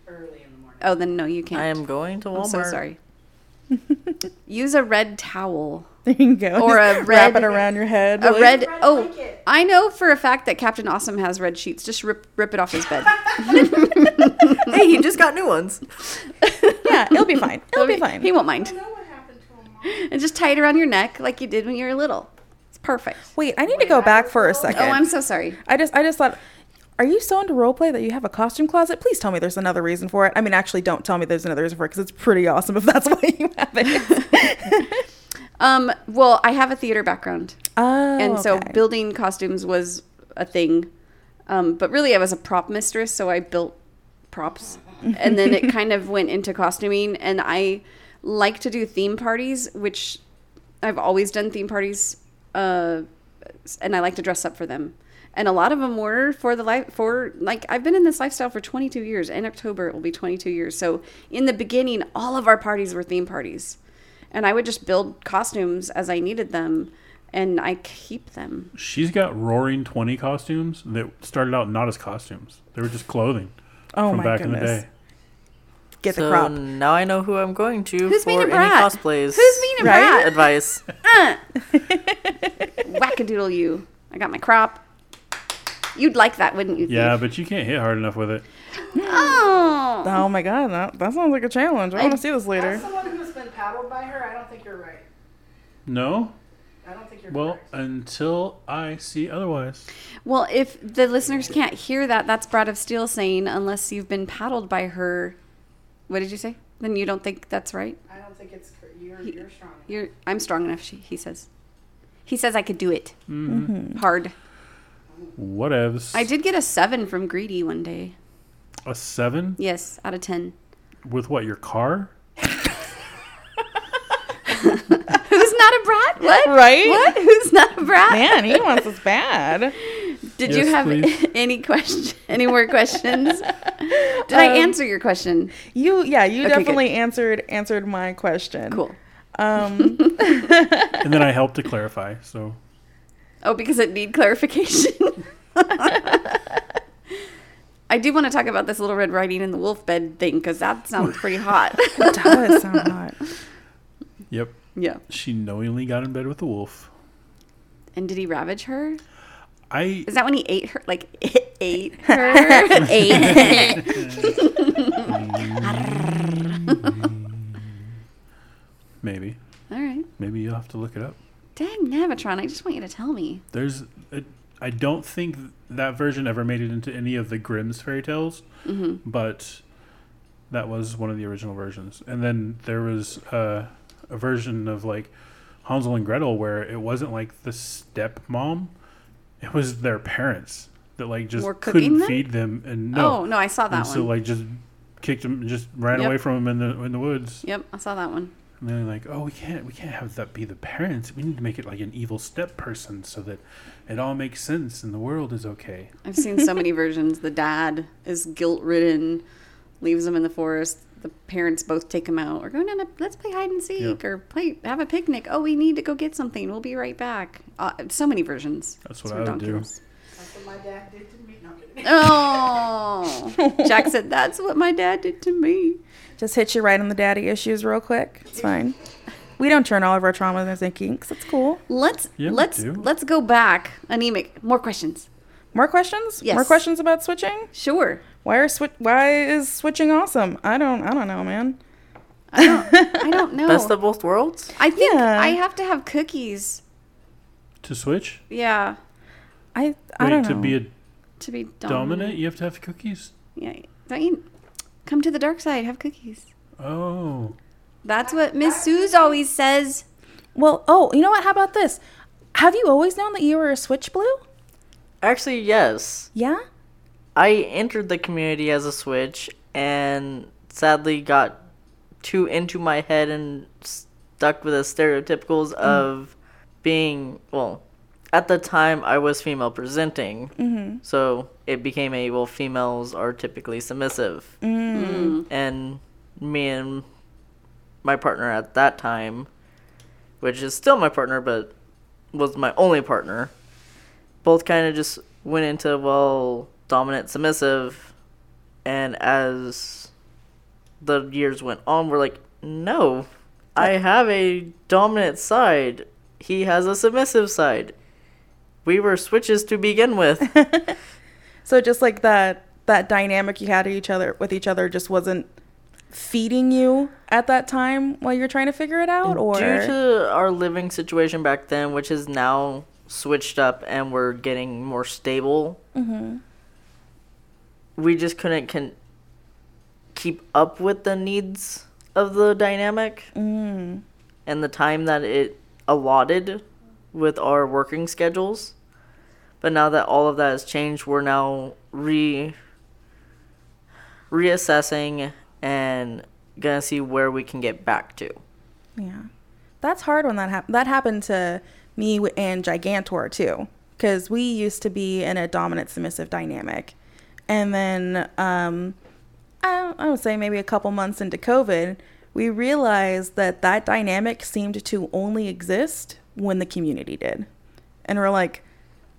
Early in the morning.
Oh, then no, you can't.
I am going to Walmart.
I'm so sorry. Use a red towel.
there you go.
or a
wrap
red-
it around your head.
A red.
Red
Oh,
blanket.
I know for a fact that Captain Awesome has red sheets. Just rip rip it off his bed.
Hey, he just got new ones.
yeah, it'll be fine. It'll be
He
fine.
won't mind.
know what happened to him, Mom.
And just tie it around your neck like you did when you were little. It's perfect.
Wait, I need to go back for a second.
Oh, I'm so sorry.
I just I just thought are you so into roleplay that you have a costume closet? Please tell me there's another reason for it. I mean, actually, don't tell me there's another reason for it because it's pretty awesome if that's why you have it.
Um, well, I have a theater background,
oh,
and so
okay.
building costumes was a thing. Um, but really, I was a prop mistress, so I built props, and then it kind of went into costuming. And I like to do theme parties, which I've always done theme parties, uh, and I like to dress up for them. And a lot of them were for the life for like I've been in this lifestyle for 22 years. In October, it will be 22 years. So in the beginning, all of our parties were theme parties, and I would just build costumes as I needed them, and I keep them.
She's got roaring 20 costumes that started out not as costumes. They were just clothing
oh
from
my
back
goodness.
in the day.
Get the
So
crop.
now I know who I'm going to
Who's
for
being a
any
brat?
cosplays.
Who's mean and
Right?
right?
advice?
Wackadoodle you! I got my crop. You'd like that, wouldn't you?
Yeah,
Thief?
but you can't hit hard enough with it.
Oh.
Oh my god, that, that sounds like a challenge. I want to see this
As
later.
someone who's been paddled by her, I don't think you're right.
No?
I don't think you're
Well,
correct.
until I see otherwise.
Well, if the listeners can't hear that, that's Brad of Steel saying, unless you've been paddled by her. What did you say? Then you don't think that's right?
I don't think it's cor- you're you're strong.
You're, I'm strong enough, she, he says. He says I could do it.
Mm-hmm.
Hard.
Whatevs.
I did get a seven from Greedy one day.
A seven?
Yes, out of ten.
With what, your car?
Who's not a brat? What?
Right?
What? Who's not a brat?
Man, he wants this bad.
Did
Yes,
you have
please.
any question? Any more questions? Did I answer your question?
You yeah, you
good.
definitely answered answered my question.
Cool.
Um,
And then I helped to clarify, so.
Oh, because it need clarification. I do want to talk about this little red riding in the wolf bed thing because that sounds pretty hot.
it does sound hot.
Yep.
yeah.
She knowingly got in bed with the wolf.
And did he ravage her?
I
Is that when he ate her? Like ate her? ate.
maybe
All right.
maybe you'll have to look it up.
Dang, Navatron! I just want you to tell me.
There's it, I don't think that version ever made it into any of the Grimm's fairy tales,
Mm-hmm.
but that was one of the original versions. And then there was uh, a version of like Hansel and Gretel where it wasn't like the stepmom; it was their parents that like just
Were cooking
couldn't
them?
feed them and no,
Oh no, I saw that
and
one.
so like just kicked them, just ran
Yep.
away from them in the in the woods.
yep, I saw that one.
And they're like, "Oh, we can't, we can't have that be the parents. We need to make it like an evil step person, so that it all makes sense and the world is okay."
I've seen so many versions. The dad is guilt ridden, leaves him in the forest. The parents both take him out. We're going on a let's play hide and seek
Yeah.
or play have a picnic. Oh, we need to go get something. We'll be right back. Uh, so many versions.
That's what
Sort of
I would
Don
do.
Quixote.
That's what my dad did to me. No, I'm kidding.
Oh, Jack said that's what my dad did to me.
Just hit you right on the daddy issues real quick. It's fine. We don't turn all of our traumas into kinks. It's cool.
Let's
Yeah, we
let's
do.
let's go back. Anemic. More questions.
More questions?
Yes.
More questions about switching?
Sure.
Why are swi- why is switching awesome? I don't I don't know, man.
I don't know.
Best of both worlds.
I think
Yeah.
I have to have cookies
to switch?
Yeah,
I I
Wait,
don't know.
to be a
to be
dominant,
dominant.
you have to have cookies.
Yeah, don't you come to the dark side? Have cookies.
Oh,
That's what Miss Suze always says.
well, oh, you know what? How about this? Have you always known that you were a switch blue?
Actually, yes.
Yeah.
I entered the community as a switch and sadly got too into my head and stuck with the stereotypicals of being, well, at the time I was female presenting. Mm-hmm. So it became a, well, females are typically submissive. Mm. And me and my partner at that time, which is still my partner, but was my only partner both kind of just went into well dominant submissive and as the years went on we're like no i have a dominant side he has a submissive side we were switches to begin with
So just like that that dynamic you had to each other with each other just wasn't feeding you at that time while you're trying to figure it out or
due to our living situation back then which is now switched up and we're getting more stable we just couldn't can keep up with the needs of the dynamic and the time that it allotted with our working schedules but now that all of that has changed we're now re reassessing and gonna see where we can get back to
Yeah. That's hard when that happened. That happened to me w- and Gigantor too, because we used to be in a dominant submissive dynamic. And then um, I, I would say maybe a couple months into COVID, we realized that that dynamic seemed to only exist when the community did. And we're like,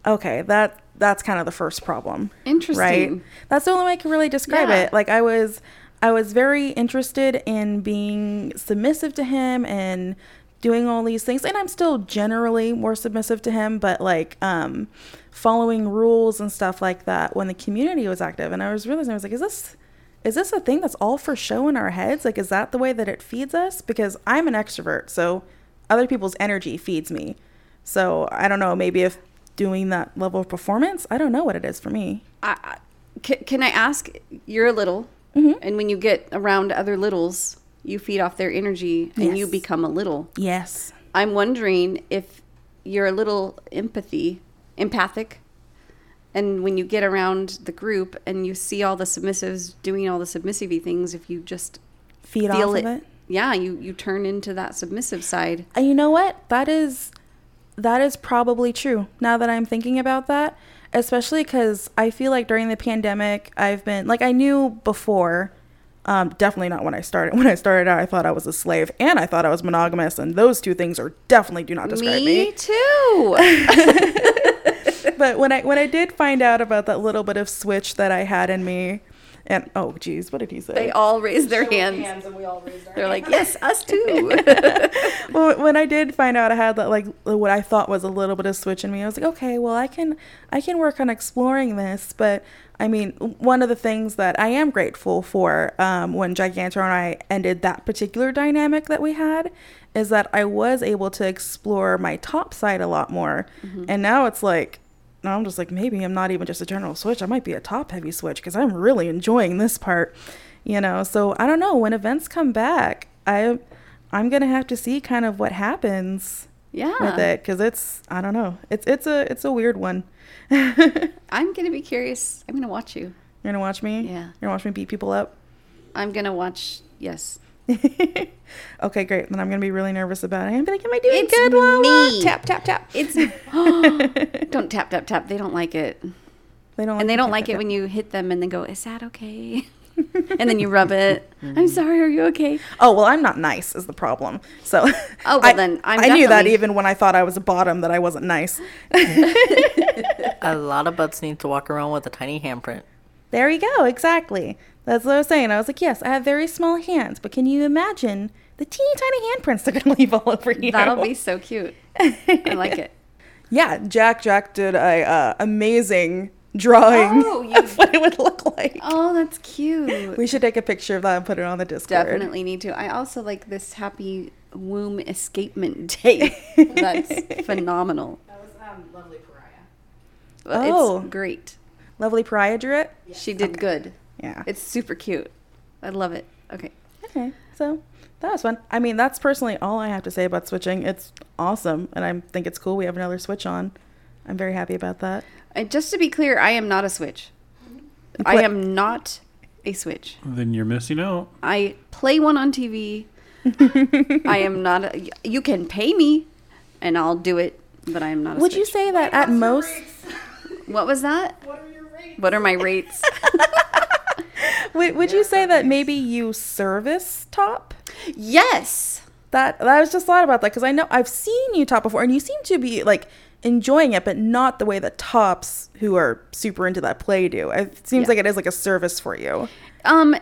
okay, that that's kind of the first problem.
Interesting.
Right? That's the only way I can really describe
Yeah.
it. Like I was I was very interested in being submissive to him and doing all these things and I'm still generally more submissive to him but like um following rules and stuff like that when the community was active and I was realizing I was like is this is this a thing that's all for show in our heads like is that the way that it feeds us because I'm an extrovert so other people's energy feeds me so I don't know maybe if doing that level of performance I don't know what it is for me
I, I- ca- can I ask? You're a little,
Mm-hmm.
and when you get around other littles, you feed off their energy, and you
Yes.
become a little.
yes
I'm wondering if you're a little empathy, empathic, and when you get around the group and you see all the submissives doing all the submissive things, if you just
feed
feel
off
it,
of it.
yeah, you you turn into that submissive side.
And you know what? That is that is probably true. Now that I'm thinking about that, especially cuz I feel like during the pandemic, I've been like I knew before um, definitely not when I started. When I started out, I thought I was a slave and I thought I was monogamous, and those two things are definitely do not describe me.
Me too.
But when I when I did find out about that little bit of switch that I had in me, and oh geez, what did he say?
they all raise their hands.
Hands and we all raised our
They're like, yes, us too.
well, when I did find out I had that like what I thought was a little bit of switch in me, I was like, okay, well, I can I can work on exploring this. But I mean, one of the things that I am grateful for um, when Gigantor and I ended that particular dynamic that we had is that I was able to explore my top side a lot more, and now it's like. now I'm just like maybe I'm not even just a general switch. I might be a top heavy switch because I'm really enjoying this part, you know. So I don't know when events come back. I I'm gonna have to see kind of what happens
yeah.
with it because it's I don't know it's it's a it's a weird one.
I'm gonna be curious. I'm gonna watch you.
You're gonna watch me.
Yeah.
You're gonna watch me beat people up.
I'm gonna watch. Yes.
okay, great. Then I'm gonna be really nervous about it. I'm gonna be like, am I doing
It's
good? Lala?
me.
Tap tap tap.
It's don't tap tap tap. They don't like it,
They don't
and they
me
don't
tap,
like
tap,
it when you hit them and then go, "Is that okay?" and then you rub it. I'm sorry. Are you okay?
tap. Oh well, I'm not nice is the problem. So
Oh, well,
I,
then I'm
I knew that
definitely-
even when I thought I was a bottom that I wasn't nice.
a lot of butts need to walk around with a tiny handprint
There you go. Exactly. That's what I was saying. I was like, yes, I have very small hands, but can you imagine the teeny tiny handprints they're gonna leave all over you?
That'll be so cute. I like it.
Yeah, Jack Jack did a uh, amazing drawing
Oh, you-
of what it would look like.
Oh, that's cute.
We should take a picture of that and put it on the Discord.
Definitely need to. I also like this happy womb escapement day. That's phenomenal.
That was- I Um, lovely pariah.
Oh.
It's great.
Lovely pariah drew it.
She did good.
Yeah.
It's super cute. I love it. Okay.
Okay, so that was fun. I mean, that's personally all I have to say about switching. It's awesome, and I think it's cool. We have another switch on. I'm very happy about that.
And just to be clear, I am not a Switch. I
Play-
am not a Switch.
Then you're missing out.
I play one on TV. I am not. A, you can pay me, and I'll do it. But I am not. A
Would you
Switch.
say that at most?
What was that?
What are your rates?
What are my rates?
Would, would you say that maybe you service top?
yes.
That I was just thought about that because I know I've seen you top before, and you seem to be like enjoying it, but not the way that tops who are super into that play do. It seems
Yeah.
like it is like a service for you.
Um,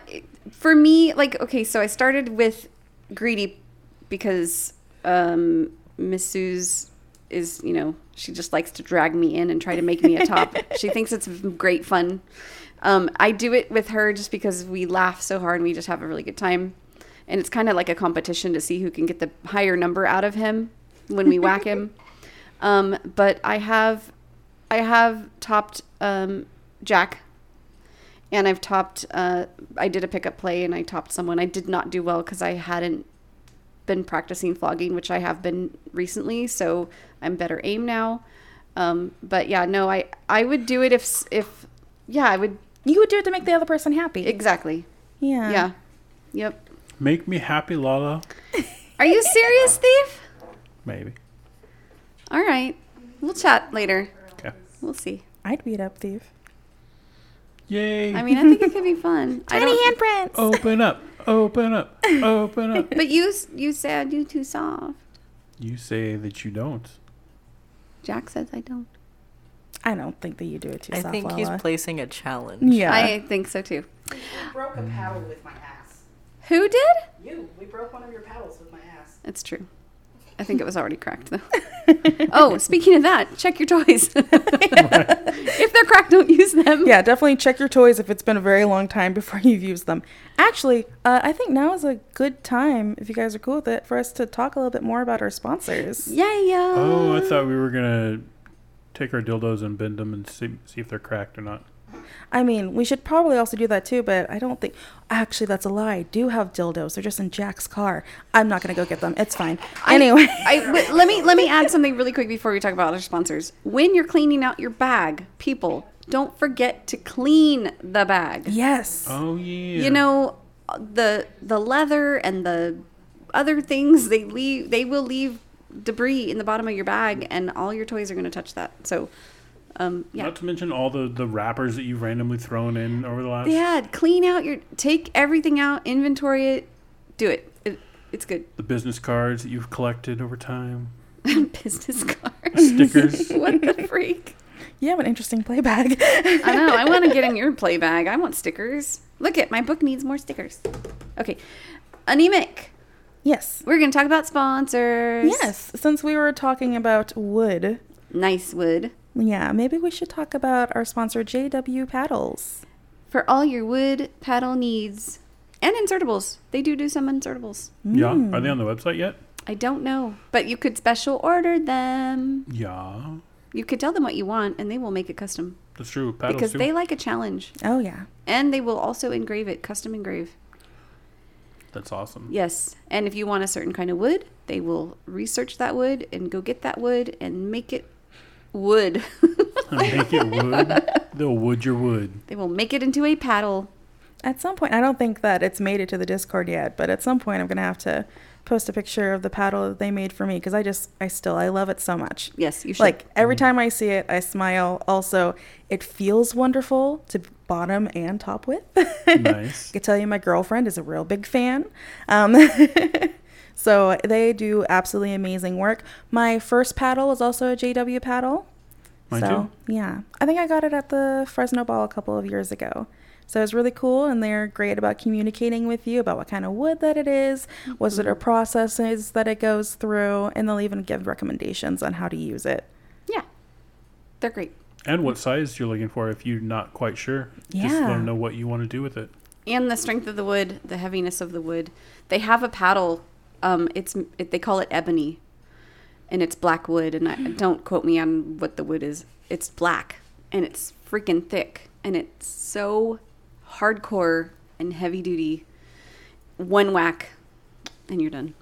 for me, like okay, so I started with greedy because um, Miss Suze is you know she just likes to drag me in and try to make me a top. she thinks it's great fun. Um, I do it with her just because we laugh so hard and we just have a really good time, and it's kind of like a competition to see who can get the higher number out of him when we whack him. Um, but I have, I have topped um, Jack and I've topped. Uh, I did a pickup play and I topped someone. I did not do well because I hadn't been practicing flogging, which I have been recently. So I'm better aim now. Um, but yeah, no, I I would do it if s- if yeah I would
You would do it to make the other person happy.
exactly
yeah.
yeah yep.
Make me happy, Lala.
Are you serious, thief?
Maybe.
All right, we'll chat later.
Okay.
We'll see.
I'd beat up thief.
Yay.
I mean, I think it could be fun. I
Any
don't-
handprints.
open up. Open up. Open up.
But you s- you said you too soft.
You say that you don't.
Jack says I don't.
I don't think that you do it too.
I
soft,
think he's
Lala.
placing a challenge.
Yeah.
I think so too.
I broke a paddle with my ass.
Who did?
You. We broke one of your paddles with my ass.
It's true. I think it was already cracked though. oh, speaking of that, check your toys. if they're cracked, don't use them.
yeah, definitely check your toys if it's been a very long time before you've used them. Actually, uh, I think now is a good time, if you guys are cool with it, for us to talk a little bit more about our sponsors.
Yeah, yeah.
Oh, I thought we were gonna take our dildos and bend them and see, see if they're cracked or not.
I mean, we should probably also do that too, but I don't think. Actually, that's a lie. I do have dildos. They're just in Jack's car. I'm not going to go get them. It's fine. Anyway.
I, w- let me let me add something really quick before we talk about other sponsors. When you're cleaning out your bag, people, don't forget to clean the bag.
yes.
Oh yeah.
You know, the the leather and the other things they leave they will leave debris in the bottom of your bag and all your toys are going to touch that. So um, yeah.
Not to mention all the the wrappers that you've randomly thrown in over the last.
Yeah, clean out your take everything out, inventory it, do it. it it's good.
The business cards that you've collected over time.
Business cards.
Stickers.
what the freak?
You have an interesting play bag.
I know. I want to get in your play bag. I want stickers. Look at my book needs more stickers. Okay, anemic.
yes.
We're gonna talk about sponsors.
Yes. Since we were talking about wood,
Nice wood
yeah, maybe we should talk about our sponsor, JW Paddles.
for all your wood paddle needs and insertables. They do do some insertables.
Yeah.
Hmm.
Are they on the website yet?
I don't know, but you could special order them.
Yeah.
You could tell them what you want, and they will make it custom
That's true. Paddles
because
too.
they like a challenge.
Oh, yeah.
and they will also engrave it custom engrave
That's awesome.
yes and if you want a certain kind of wood they will research that wood and go get that wood and make it wood
Make it wood. They'll wood your wood.
they will make it into a paddle
At some point, I don't think that it's made it to the Discord yet, but at some point, I'm gonna have to post a picture of the paddle that they made for me because I just, I still, I love it so much.
yes you should
Like every time I see it, I smile. Also, it feels wonderful to bottom and top with.
Nice.
I can tell you, my girlfriend is a real big fan. Um, so they do absolutely amazing work. My first paddle was also a JW paddle.
Mine
so yeah, I think I got it at the Fresno Ball a couple of years ago. So it's really cool, and they're great about communicating with you about what kind of wood that it is, what sort
Mm-hmm.
of processes that it goes through, and they'll even give recommendations on how to use it.
yeah they're great
And what size you're looking for if you're not quite sure. Just
Yeah.
let them know what you want to do with it.
and the strength of the wood the heaviness of the wood they have a paddle um it's it, they call it ebony and it's black wood. And I, don't quote me on what the wood is. It's black and it's freaking thick and it's so hardcore and heavy duty. One whack and you're done.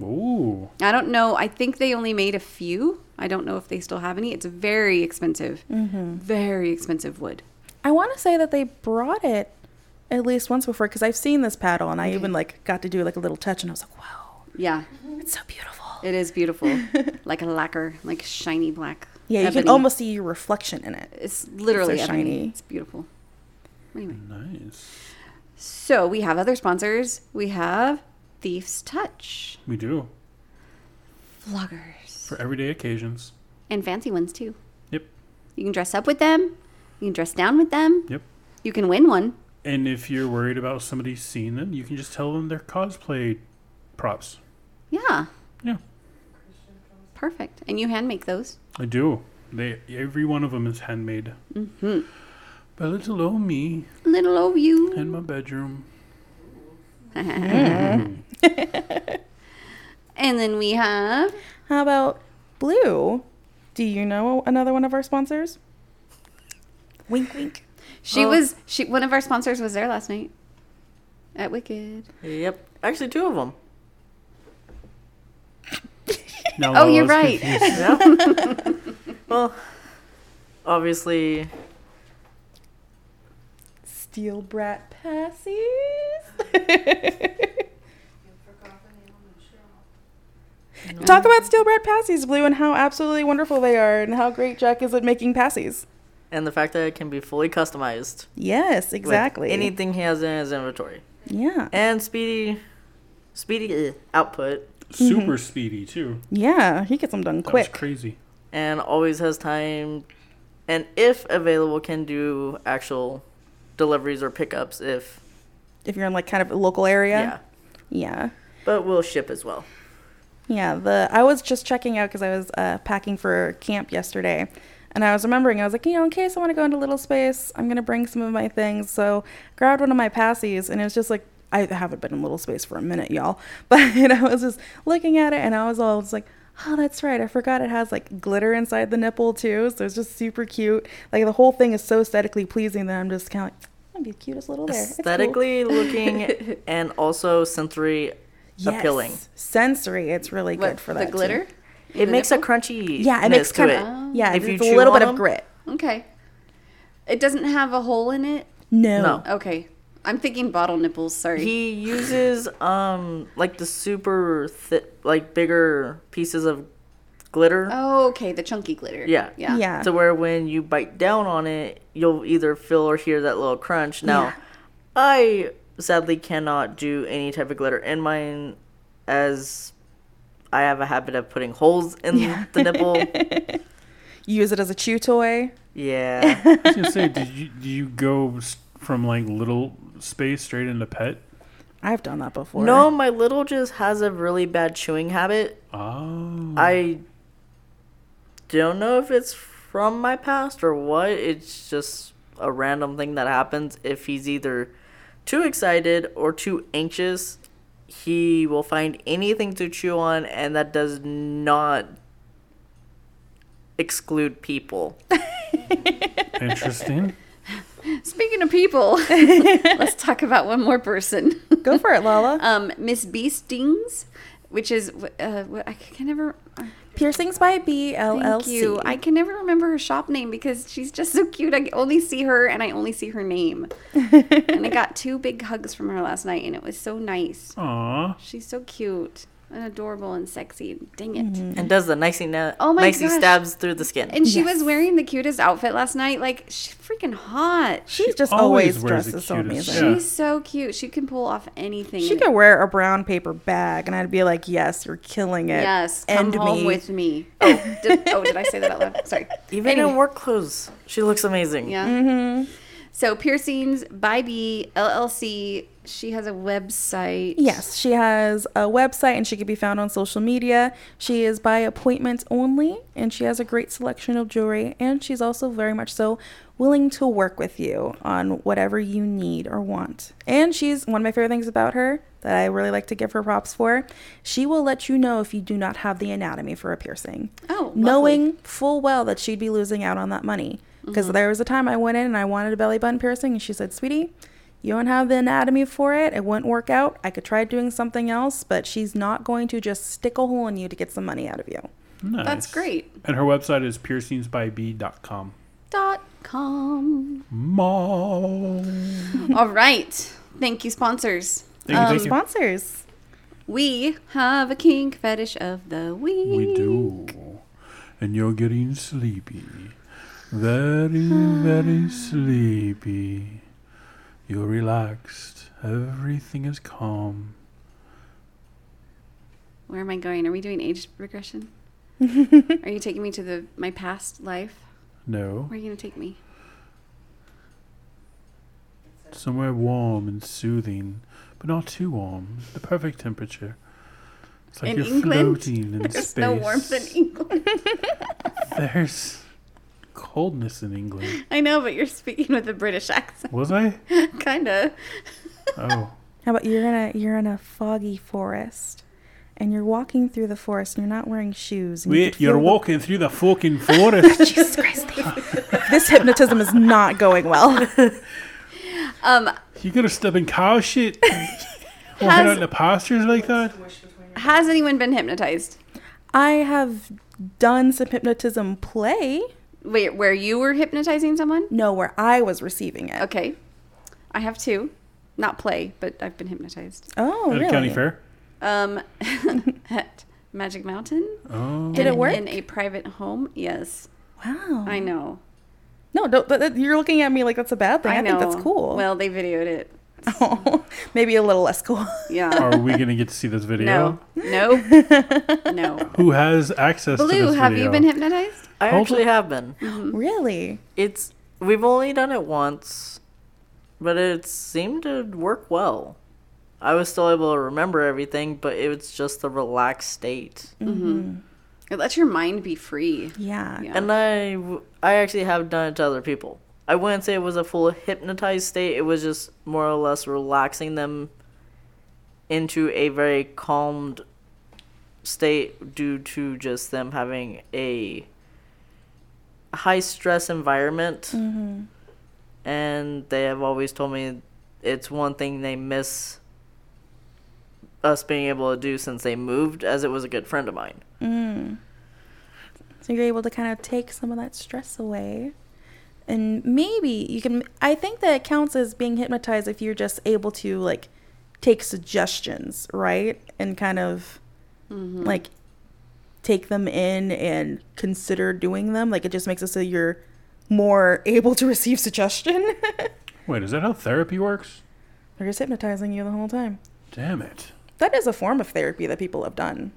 Ooh.
I don't know. I think they only made a few. I don't know if they still have any. It's very expensive. Very expensive wood.
I want to say that they brought it at least once before because I've seen this paddle and I
Mm-hmm.
even like got to do like a little touch and I was like, wow,
Yeah,
it's so beautiful.
it is beautiful. like a lacquer, like shiny black.
Yeah, you can
ebony.
almost see your reflection in it.
It's literally
so
ebony.
shiny.
It's beautiful. Anyway,
Nice.
so we have other sponsors. We have Thief's Touch,
We do
vloggers,
for everyday occasions.
and fancy ones too.
Yep.
You can dress up with them. You can dress down with them.
Yep.
You can win one.
And if you're worried about somebody seeing them, you can just tell them they're cosplay props.
Yeah,
Yeah,
perfect. And you hand make those.
I do. They every one of them is handmade. Mm-hmm. But little old me
Little old you.
in my bedroom.
And then we have
How about Blue? Do you know another one of our sponsors? Wink, wink.
she
Oh.
was she one of our sponsors was there last night at Wicked.
Yep. Actually, two of them.
Now
Oh, you're
Lala's
right.
confused.
Well, obviously,
Steel Brat Passies. Talk about Steel Brat Passies, Blue, and how absolutely wonderful they are, and how great Jack is at making passies.
and the fact that it can be fully customized.
Yes,
with
exactly.
anything he has in his inventory.
yeah.
And speedy, speedy eh, output,
Mm-hmm.
Super speedy too.
Yeah, he gets them done
That
quick.
was crazy.
and always has time, and if available, can do actual deliveries or pickups if
if you're in like kind of a local area.
yeah.
Yeah.
But will ship as well.
Yeah, the I was just checking out because I was uh, packing for camp yesterday, and I was remembering I was like, you know, in case I want to go into Little Space, I'm gonna bring some of my things. So grabbed one of my passies, and it was just like I haven't been in Little Space for a minute, y'all. But I was just looking at it, and I was always like. Oh, that's right. I forgot it has like glitter inside the nipple too, so it's just super cute. Like the whole thing is so aesthetically pleasing that I'm just kind of like, that'd be the cutest little there. It's cool."
Aesthetically looking and also sensory appealing.
Yes. sensory. It's really good for
the
that. too.
glitter.
It makes a crunchy
Yeah, it makes
to
kind
it.
of oh. yeah.
If you
it's a
chew
little
on
bit of
'em.
grit.
Okay. It doesn't have a hole in it.
No.
No.
Okay. I'm thinking bottle nipples, sorry.
He uses um like the super thick like bigger pieces of glitter.
oh, okay, the chunky glitter.
Yeah.
Yeah.
Yeah.
To where when you bite down on it, you'll either feel or hear that little crunch. Now, I sadly cannot do any type of glitter in mine as I have a habit of putting holes in the nipple.
Use it as a chew toy.
yeah.
I was gonna say, did you do you go s- from like little space straight into pet?
I've done that before.
no, my little just has a really bad chewing habit.
Oh,
I don't know if it's from my past or what. It's just a random thing that happens. If he's either too excited or too anxious, he will find anything to chew on, and that does not exclude people.
interesting.
Speaking of people, let's talk about one more person.
Go for it, Lala.
Um, Miss Bee Stings, which is uh, what- I can never uh,
Piercings by
Thank
BLLC.
you. I can never remember her shop name because she's just so cute. I only see her and I only see her name. and I got two big hugs from her last night and it was so nice.
Aw,
She's so cute and adorable and sexy. Dang it.
Mm-hmm.
And does the nicey, na-
Oh my
nicey
gosh.
stabs through the skin.
And she was wearing the cutest outfit last night. Like she's freaking hot.
She just
always
always,
wears the
dresses so
cutest
amazing.
shit. Yeah.
She's so cute. She can pull off anything.
She could wear a brown paper bag, and I'd be like, "Yes, you're killing it."
Yes, come
End
home
me.
with me. Oh did, oh, did I say that out loud? Sorry.
Mm-hmm.
Even in work clothes, she looks amazing.
Yeah. So piercings by B LLC. She has a website.
Yes, she has a website and she can be found on social media. She is by appointment only and she has a great selection of jewelry and she's also very much so willing to work with you on whatever you need or want. And she's one of my favorite things about her that I really like to give her props for. She will let you know if you do not have the anatomy for a piercing.
Oh, lovely.
knowing full well that she'd be losing out on that money. Because
Mm-hmm.
there was a time I went in and I wanted a belly button piercing, and she said, Sweetie, you don't have the anatomy for it. It wouldn't work out. I could try doing something else, but she's not going to just stick a hole in you to get some money out of you.
Nice.
That's great.
And her website is piercingsbyb.com.
Dot com.
Mom.
All right. Thank you, sponsors.
Thank you,
Um,
thank you.
Sponsors.
We have a kink fetish of the week.
We do. And you're getting sleepy. Very, very sleepy. You're relaxed. Everything is calm.
Where am I going? Are we doing age regression? Are you taking me to the my past life?
No.
Where are you gonna take me?
Somewhere warm and soothing, but not too warm. The perfect temperature. It's like
In
you're
England?
floating in
There's
space.
no warmth in England.
There's coldness in England.
I know, but you're speaking with a British accent,
Was I?
kinda.
Oh.
How about you're in a you're in a foggy forest, and you're walking through the forest, and you're not wearing shoes. And you
Wait,
could
you're
feel the-
walking through the fucking forest.
Jesus Christ, Dave. this hypnotism is not going well.
Um,
you gonna step in cow shit? Walking out in the pastures like that?
has anyone been hypnotized?
I have done some hypnotism play.
Wait, where you were hypnotizing someone?
No, where I was receiving it.
Okay, I have two. Not play, but I've been hypnotized.
Oh,
At a
really?
county fair?
Um, at Magic Mountain.
Oh.
Did it
in-
work?
in a private home? Yes,
Wow.
I know.
No, don't, that, that- you're looking at me like that's a bad thing. I,
know.
think that's cool.
Well, they videoed it.
Oh, maybe a little less cool.
Yeah.
Are we gonna get to see this video?
no. No. No.
Who has access to
Blue,
this
have
video?
you been hypnotized?
I
Hold
actually
on.
have been.
really?
It's we've only done it once, but it seemed to work well. I was still able to remember everything, but it was just the relaxed state.
It lets your mind be free.
Yeah.
Yeah.
And I, w- I actually have done it to other people. I wouldn't say it was a full hypnotized state. It was just more or less relaxing them into a very calmed state due to just them having a high stress environment. And they have always told me it's one thing they miss us being able to do since they moved, as it was a good friend of mine.
So you're able to kind of take some of that stress away. And maybe you can, I think that it counts as being hypnotized if you're just able to like take suggestions, right? And kind of
Mm-hmm.
like take them in and consider doing them. Like it just makes it so you're more able to receive suggestion.
Wait, is that how therapy works?
They're just hypnotizing you the whole time.
Damn it.
That is a form of therapy that people have done.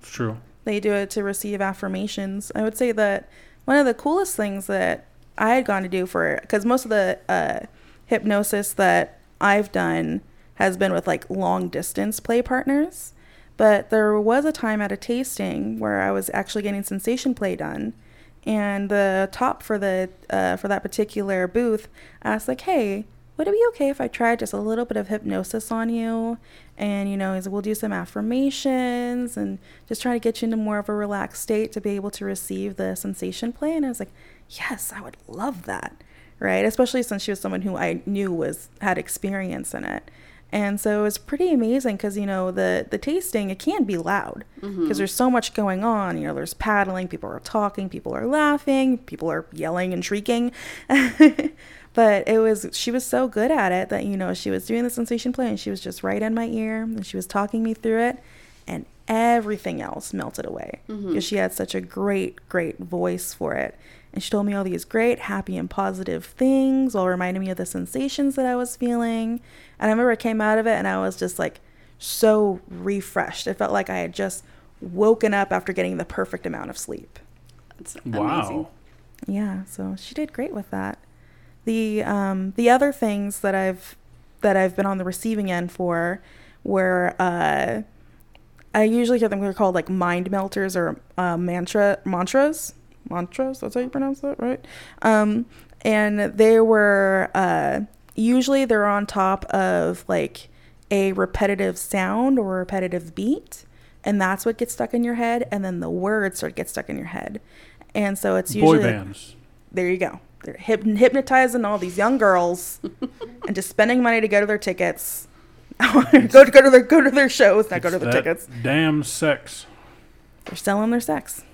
It's true.
they do it to receive affirmations. I would say that one of the coolest things that I had gone to do for because most of the uh, hypnosis that I've done has been with like long distance play partners, but there was a time at a tasting where I was actually getting sensation play done, and the top for the uh, for that particular booth asked like, "Hey, would it be okay if I tried just a little bit of hypnosis on you? And you know, is we'll do some affirmations and just try to get you into more of a relaxed state to be able to receive the sensation play. And I was like, yes, I would love that, right? Especially since she was someone who I knew was had experience in it. And so it was pretty amazing because you know the the tasting it can be loud because there's so much going on. You know, there's paddling, people are talking, people are laughing, people are yelling and shrieking. but it was she was so good at it that you know she was doing the sensation play and she was just right in my ear and she was talking me through it, and everything else melted away because she had such a great great voice for it. And she told me all these great, happy, and positive things while reminding me of the sensations that I was feeling. And I remember I came out of it and I was just like so refreshed. It felt like I had just woken up after getting the perfect amount of sleep.
It's
Wow.
amazing.
Yeah, so she did great with that. The um, the other things that I've that I've been on the receiving end for were uh, I usually hear them they're called like mind melters or uh, mantra mantras mantras. That's how you pronounce that, right? Um, and they were uh, usually they're on top of like a repetitive sound or repetitive beat, and that's what gets stuck in your head, and then the words sort of get stuck in your head, and so it's usually
Boy bands.
there you go. They're hyp- hypnotizing all these young girls and just spending money to go to their tickets. go to go to their go to their shows, not go to
It's
their
that
tickets.
Damn sex.
They're selling their sex.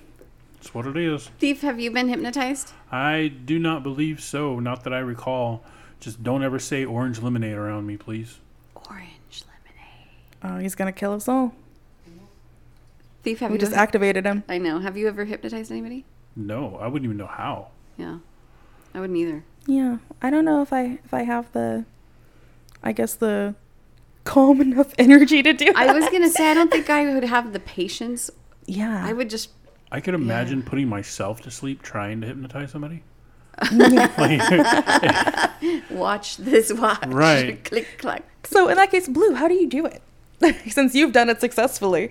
That's what it is.
Thief, have you been hypnotized?
I do not believe so. Not that I recall. Just don't ever say orange lemonade around me, please.
Orange lemonade.
Oh, he's gonna kill us all.
Thief, have
We
you
just
just
activated him.
I know. Have you ever hypnotized anybody?
No, I wouldn't even know how.
Yeah. I wouldn't either.
Yeah, I don't know if I if I have the, I guess the calm enough energy to do. That.
I was gonna say I don't think I would have the patience.
Yeah,
I would just
I could imagine putting myself to sleep trying to hypnotize somebody.
watch this watch.
Right.
Click clack.
So in that case, Blue, how do you do it? Since you've done it successfully.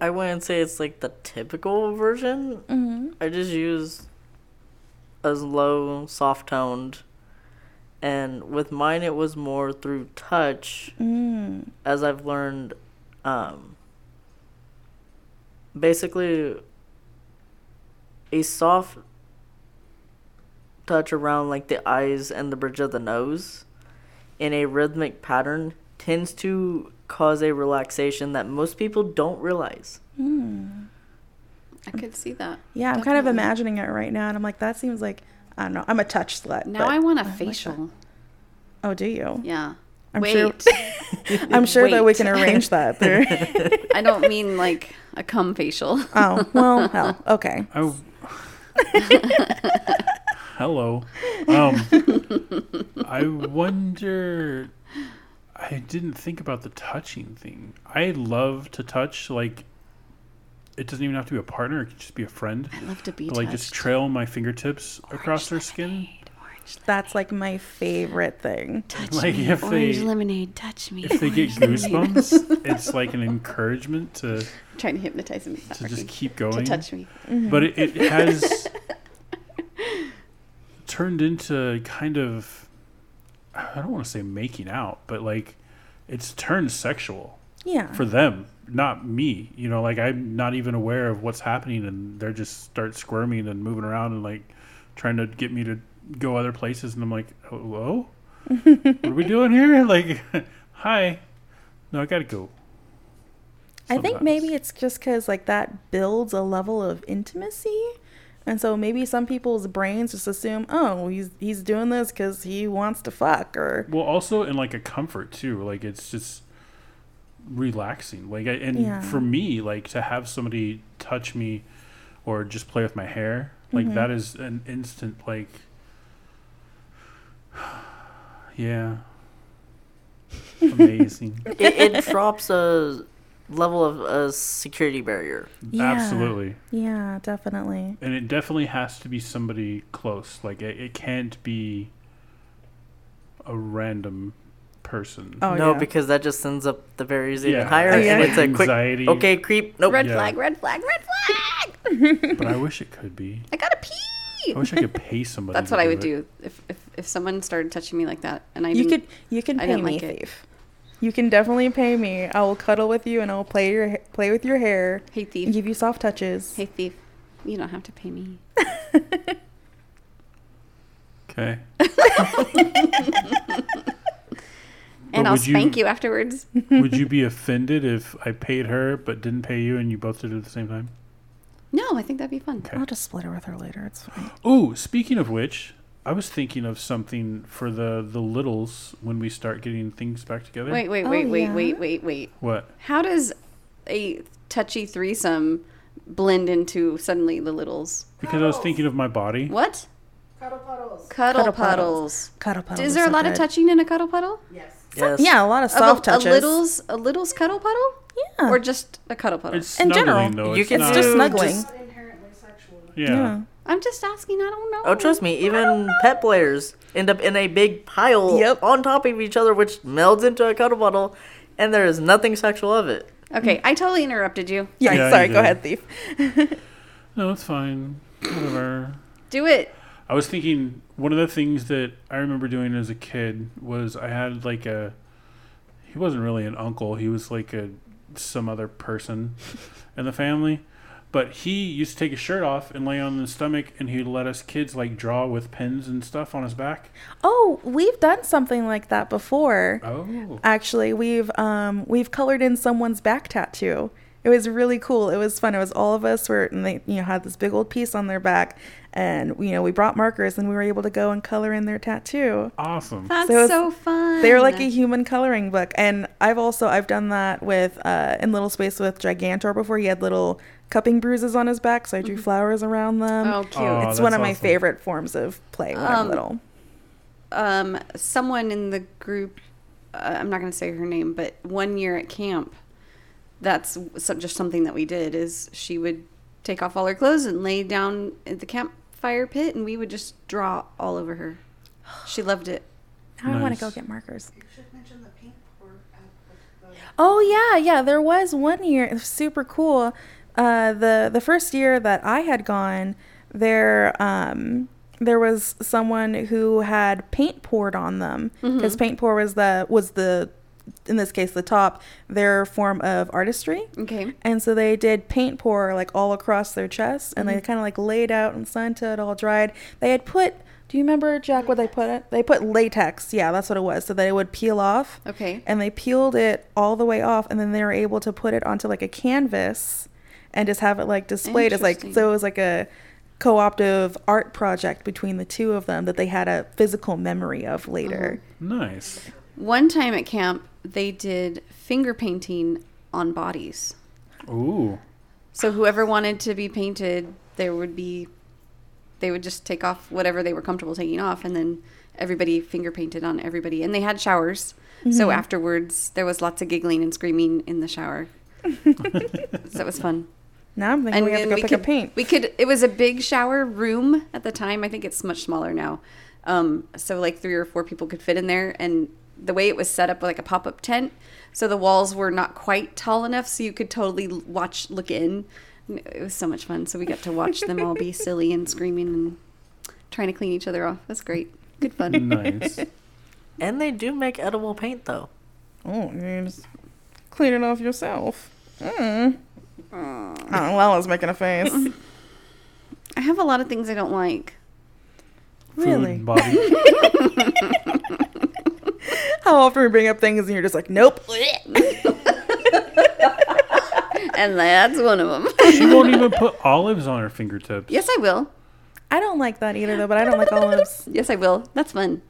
I wouldn't say it's like the typical version.
Mm-hmm.
I just use a low, soft toned. And with mine, it was more through touch,
Mm-hmm.
as I've learned. Um, basically, a soft touch around like the eyes and the bridge of the nose in a rhythmic pattern tends to cause a relaxation that most people don't realize.
I could see that.
yeah, I'm kind of imagining it right now, and I'm like, that seems like I don't know. I'm a touch slut.
Now
but-
I want a facial.
Oh, do you?
yeah.
I'm
Wait.
sure- I'm sure that we
Wait.
can arrange that. There.
I don't mean like a cum facial.
oh well, hell. Okay.
I. Hello. Um, I wonder. I didn't think about the touching thing. I love to touch. Like, it doesn't even have to be a partner. It could just be a friend. I
love to be
Like, just
touched.
trail my fingertips across their skin.
That's like my favorite thing.
Like if
Orange
they
lemonade, touch me.
if they get goosebumps, it's like an encouragement to
trying to hypnotize him. It's not
to
working.
just keep
To
going.
touch me.
but it, it has turned into kind of I don't want to say making out, but like it's turned sexual
Yeah.
for them, not me. You know, like I'm not even aware of what's happening, and they're just start squirming and moving around and like trying to get me to go other places, and I'm like, hello, what are we doing here? Like, hi, no, I gotta go.
I think
sometimes.
maybe it's just because like that builds a level of intimacy, and so maybe some people's brains just assume, oh, he's he's doing this because he wants to fuck, or
Well, also in like a comfort too. Like it's just relaxing. Like I, and
Yeah.
for me, like to have somebody touch me or just play with my hair, like
Mm-hmm.
that is an instant like. Yeah. Amazing.
It, it drops a level of a security barrier.
Yeah.
Absolutely.
yeah, definitely.
And it definitely has to be somebody close. Like it, it can't be a random person.
Oh
no,
yeah.
because that just sends up the barriers even
Yeah.
higher,
Oh,
yeah.
and it's a quick
Anxiety.
okay creep. Nope.
Red
Yeah.
flag, red flag, red flag.
But I wish it could be.
I gotta pee.
I wish I could pay somebody.
That's
to
what I would
it.
do if, if if someone started touching me like that, and I
you could
didn't-
you can
I
pay
didn't
me,
like it.
thief. You can definitely pay me. I will cuddle with you and I will play your ha- play with your hair.
Hey, thief.
and Give you soft touches.
Hey thief, you don't have to pay me.
Okay.
And I'll
would you-
spank you afterwards.
Would you be offended if I paid her but didn't pay you and you both did it at the same time?
No, I think that'd be fun.
Okay.
I'll just split her with her later. It's fine.
Ooh, speaking of which, I was thinking of something for the the littles when we start getting things back together.
Wait, wait, wait, wait,
yeah?
wait, wait, wait.
What?
How does a touchy threesome blend into suddenly the littles?
Because I was thinking of my body.
What?
Cuddle
Cuddle,
puddles.
Cuddle
puddles.
puddles. Cuddle puddles.
Is there a
are
lot of
good.
touching in a cuddle puddle?
Yes.
Yes.
Yeah, a lot of
A lit-
soft touches.
A littles, a littles cuddle puddle?
Yeah.
Or just a cuddle puddle?
It's
In
snuggling
general,
though.
you
it's
can
not,
just
do
snuggling.
Not inherently sexual.
yeah.
yeah.
I I'm just asking. I don't know.
Oh, trust me, even pet players end up in a big pile
Yep.
on top of each other, which melds into a cuddle bottle, and there is nothing sexual of it.
Okay, I totally interrupted you.
Yeah,
Yeah,
sorry.
you
Go
did.
ahead, thief.
No, it's fine. Whatever.
Do it.
I was thinking one of the things that I remember doing as a kid was I had like a he wasn't really an uncle, he was like a some other person in the family. But he used to take his shirt off and lay on his stomach and he'd let us kids like draw with pens and stuff on his back.
Oh, we've done something like that before.
Oh.
Actually, we've um we've colored in someone's back tattoo. It was really cool. It was fun. It was all of us were and they you know had this big old piece on their back and you know, we brought markers and we were able to go and color in their tattoo.
Awesome.
That's
So
so,
it's-
fun.
They're like a human coloring book. And I've also I've done that with uh in Little Space with Gigantor before he had little cupping bruises on his back, so I drew flowers around them.
oh cute.
Aw.
it's one
that's
of my
awesome.
favorite forms of play when I'm
Um,
little.
um, someone in the group, uh, I'm not going to say her name, but one year at camp, that's so, just something that we did is she would take off all her clothes and lay down at the campfire pit, and we would just draw all over her. She loved it.
Now I want
nice.
to go get markers.
You should mention the pink or uh, the, the
Oh yeah, yeah. There was one year. It was super cool. Uh, the the first year that I had gone, there um, there was someone who had paint poured on them because paint pour was the was the in this case the top their form of artistry.
Okay.
And so they did paint pour like all across their chest, and they kind of like laid out in sun till it all dried. They had put. Do you remember Jack? What they put it? They put latex. Yeah, that's what it was. So that it would peel off
Okay.
and they peeled it all the way off and then they were able to put it onto like a canvas and just have it like displayed as like
Interesting.
so it was like a co-optive art project between the two of them that they had a physical memory of later
Uh-huh.
Nice.
One time at camp, they did finger painting on bodies.
Ooh.
So whoever wanted to be painted, there would be they would just take off whatever they were comfortable taking off and then everybody finger painted on everybody and they had showers. So afterwards there was lots of giggling and screaming in the shower. so it was fun.
now i'm thinking
And
we have to
then
go
we
pick
could,
a paint
We could it was a big shower room at the time. I think it's much smaller now. Um so like three or four people could fit in there and the way it was set up like a pop-up tent, so the walls were not quite tall enough so you could totally l- watch look in. And It was so much fun. So we got to watch them all be silly and screaming and trying to clean each other off. That's great. Good fun.
Nice.
And they do make edible paint, though.
oh you just clean it off yourself mm. oh lala's making a face
I have a lot of things I don't like.
really
Food body.
how often we bring up things and you're just like nope
And that's one of them.
she won't even put olives on her fingertips.
yes, I will.
i don't like that either though but i don't like olives
Yes, I will. That's fun.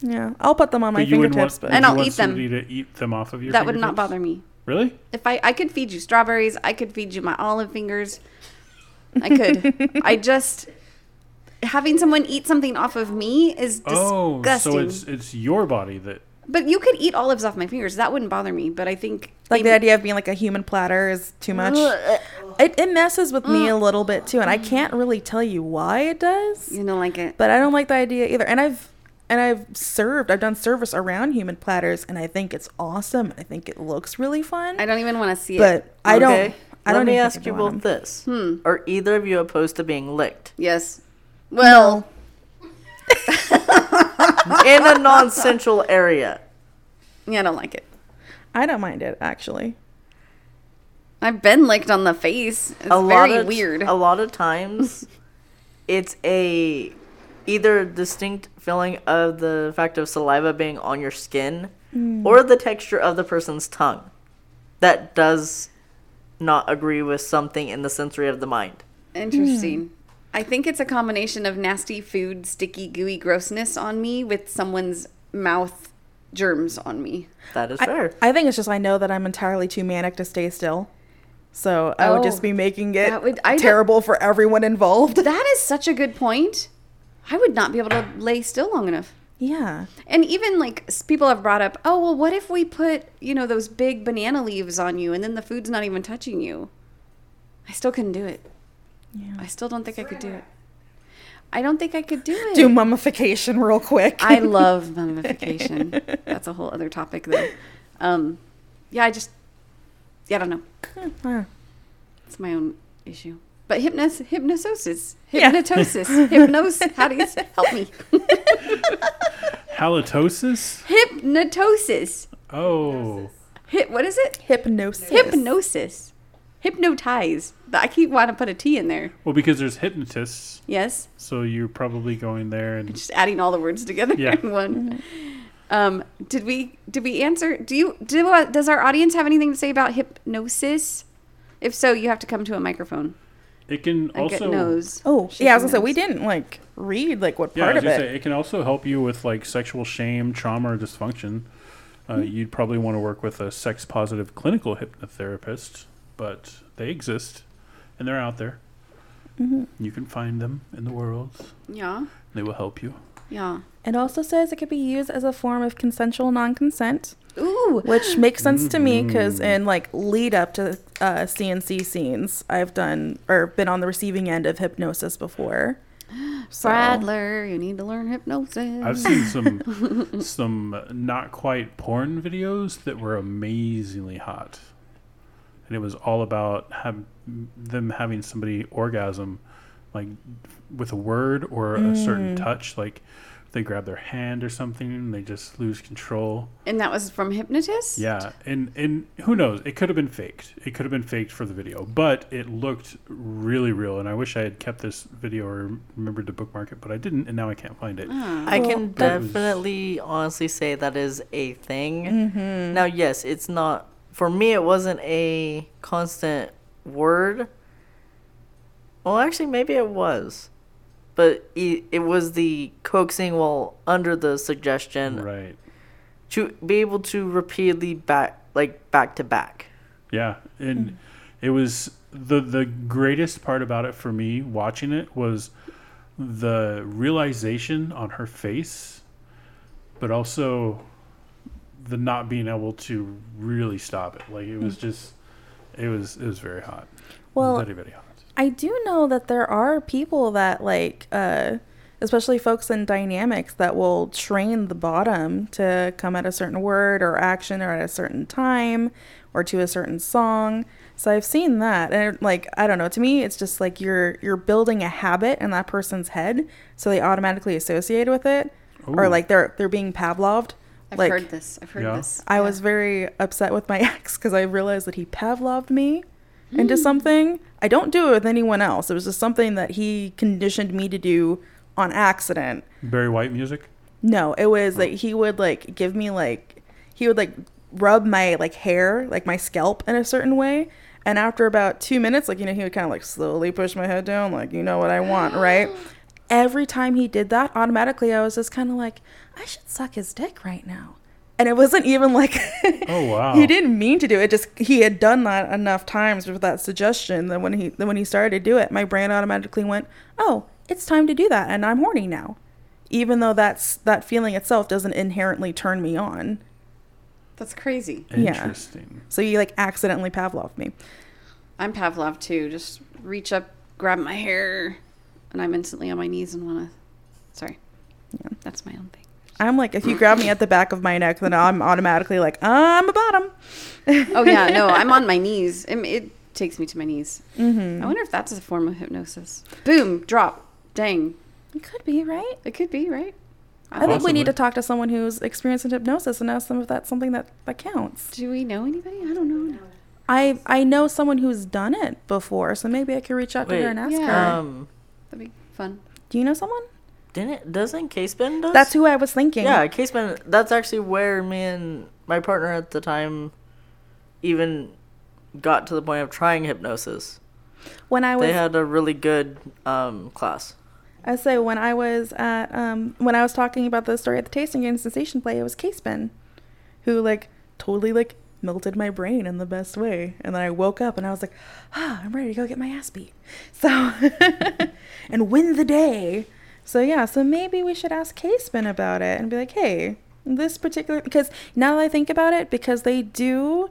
yeah i'll put them on my
But you wouldn't
fingertips
want,
but
And
you
I'll
want
eat them.
somebody to eat them off of your
That would not
fingertips?
bother me.
Really?
If I, I could feed you strawberries, I could feed you my olive fingers. I could. I just having someone eat something off of me is
Oh,
disgusting.
so it's it's your body that
but you could eat olives off my fingers. That wouldn't bother me. But I think
like
they-
the idea of being like a human platter is too much
Ugh,
it, it messes with me a little bit too and i can't really tell you why it does
You know, like it.
but i don't like the idea either and i've and i've served i've done service around human platters and i think it's awesome i think it looks really fun
I don't even want to see
but
it.
i don't i
Let
don't
me
even
ask
think Hmm.
you
I
both
want 'em.
this: Are either of you opposed to being licked
Yes. Well,
in a non-sensual area?
yeah, I don't like it.
i don't mind it actually
I've been licked on the face. It's
a lot
very
of
weird.
A lot of times, it's a either distinct feeling of the fact of saliva being on your skin,
Mm.
or the texture of the person's tongue. That does not agree with something in the sensory of the mind.
Interesting. I think it's a combination of nasty food, sticky, gooey grossness on me with someone's mouth germs on me.
That is fair.
i think it's just i know that i'm entirely too manic to stay still so i would just
Oh,
be making it
that would- I don't-
terrible for everyone involved
That is such a good point. I would not be able to lay still long enough.
yeah
And even like s- people have brought up, oh, well, what if we put, you know, those big banana leaves on you and then the food's not even touching you? I still couldn't do it.
Yeah.
I still don't think I could do it. I don't think I could do it.
Do mummification real quick.
I love mummification. That's a whole other topic, though. Um, yeah, I just, yeah, I don't know.
Huh.
It's my own issue. But hypnos, hypnosis,
Yeah.
hypnotosis, hypnos. How do you s- help me?
Halitosis?
hypnotosis.
Oh.
Hip. What is it?
Hypnosis.
Hypnosis. Hypnotize. But I keep wanting to put a T in there.
Well, because there's hypnotists,
Yes.
so you're probably going there and
Just adding all the words together
Yeah.
in one. Um, did we did we answer? Do you do uh, does our audience have anything to say about hypnosis? If so, you have to come to a microphone.
it can
I get
also
nose.
Oh,
Shaking
yeah. I was gonna say
nose.
we didn't like read like what
yeah,
part
I was
of
gonna
it.
say, it can also help you with like sexual shame, trauma, or dysfunction. Uh,
Hmm.
You'd probably want to work with a sex positive clinical hypnotherapist, but they exist and they're out there.
Mm-hmm.
You can find them in the world.
Yeah.
They will help you.
Yeah.
It also says it could be used as a form of consensual non-consent,
Ooh.
which makes sense to me
Mm.
because in like lead up to uh, CNC scenes, I've done or been on the receiving end of hypnosis before. So-
Bradler, you need to learn hypnosis.
I've seen some some not quite porn videos that were amazingly hot, and it was all about have, them having somebody orgasm, like with a word or a certain touch, like they grab their hand or something and they just lose control.
and that was from hypnotist?
Yeah, and and who knows? It could have been faked. It could have been faked for the video, but it looked really real. And I wish I had kept this video or remembered to bookmark it, but I didn't, and now I can't find it.
I can
that was- Mm-hmm.
definitely honestly say that is a thing. Now, yes, it's not for me. It wasn't a constant word. Well, actually, maybe it was, but it, it was the coaxing while under the suggestion
Right.
to be able to repeatedly back like back to back.
Yeah,
Hmm.
and it was the the greatest part about it for me watching it was the realization on her face, but also the not being able to really stop it. Like it was
Hmm.
just, it was it was very hot.
Well,
very very hot.
I do know that there are people that like, uh, especially folks in dynamics that will train the bottom to come at a certain word or action or at a certain time or to a certain song. So I've seen that, and like I don't know. To me, it's just like you're you're building a habit in that person's head, so they automatically associate with it, or
Ooh.
like they're they're being Pavloved.
I've
like
heard this. I've heard
Yeah.
this.
I was very upset with my ex because I realized that he Pavloved me into something. I don't do it with anyone else. It was just something that he conditioned me to do on accident.
Barry White music.
No, it was like he would like give me like he would like rub my like hair, like my scalp in a certain way. And after about two minutes, like, you know, he would kind of like slowly push my head down, like, you know what I want, right? Every time he did that, automatically I was just kind of like, I should suck his dick right now. And it wasn't even like,
Oh, wow.
he didn't mean to do it. Just he had done that enough times with that suggestion that when he that when he started to do it, my brain automatically went, oh, it's time to do that, and I'm horny now even though that's that feeling itself doesn't inherently turn me on.
That's crazy.
Yeah.
Interesting.
So you like accidentally Pavlov me.
I'm Pavlov too. Just reach up, grab my hair, and I'm instantly on my knees and want to. Sorry. Yeah. That's my own thing.
I'm like, if you grab me at the back of my neck, then I'm automatically like, I'm a bottom.
Oh, yeah. No, I'm on my knees. It, it takes me to my knees. Mm-hmm. I wonder if that's a form of hypnosis. Boom, drop, dang.
It could be, right?
It could be, right?
I think we
Possibly.
need to talk to someone who's experienced in hypnosis and ask them if that's something that, that counts.
Do we know anybody? I don't know.
I I know someone who's done it before, so maybe I could reach out to
Wait,
her and ask
yeah.
her.
Um,
That'd be fun.
Do you know someone?
didn't doesn't Casebin does?
That's who I was thinking.
Yeah, Casebin. That's actually where me and my partner at the time even got to the point of trying hypnosis.
When I was
They had a really good um, class.
I say when I was at um when I was talking about the story at the tasting game sensation play, it was Casepin, who like totally like melted my brain in the best way, and then I woke up and I was like, ah, I'm ready to go get my ass beat, so and win the day. So yeah, so maybe we should ask Casepin about it and be like, hey, this particular because now that I think about it, because they do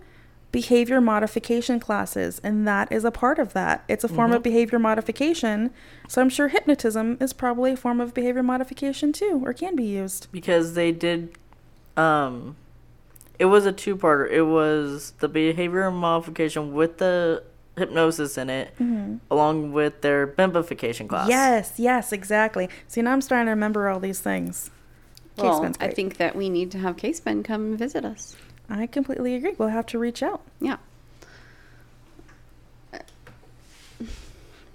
behavior modification classes, and that is a part of that. It's a form of behavior modification. So I'm sure hypnotism is probably a form of behavior modification too, or can be used.
because they did um it was a two-parter it was the behavior modification with the hypnosis in it along with their bimbification class
Mm-hmm. Yes, yes, exactly. See, now I'm starting to remember all these things. Case
Well,
Ben's
I
great.
think that we need to have Case Ben come visit us.
I completely agree. We'll have to reach out.
Yeah.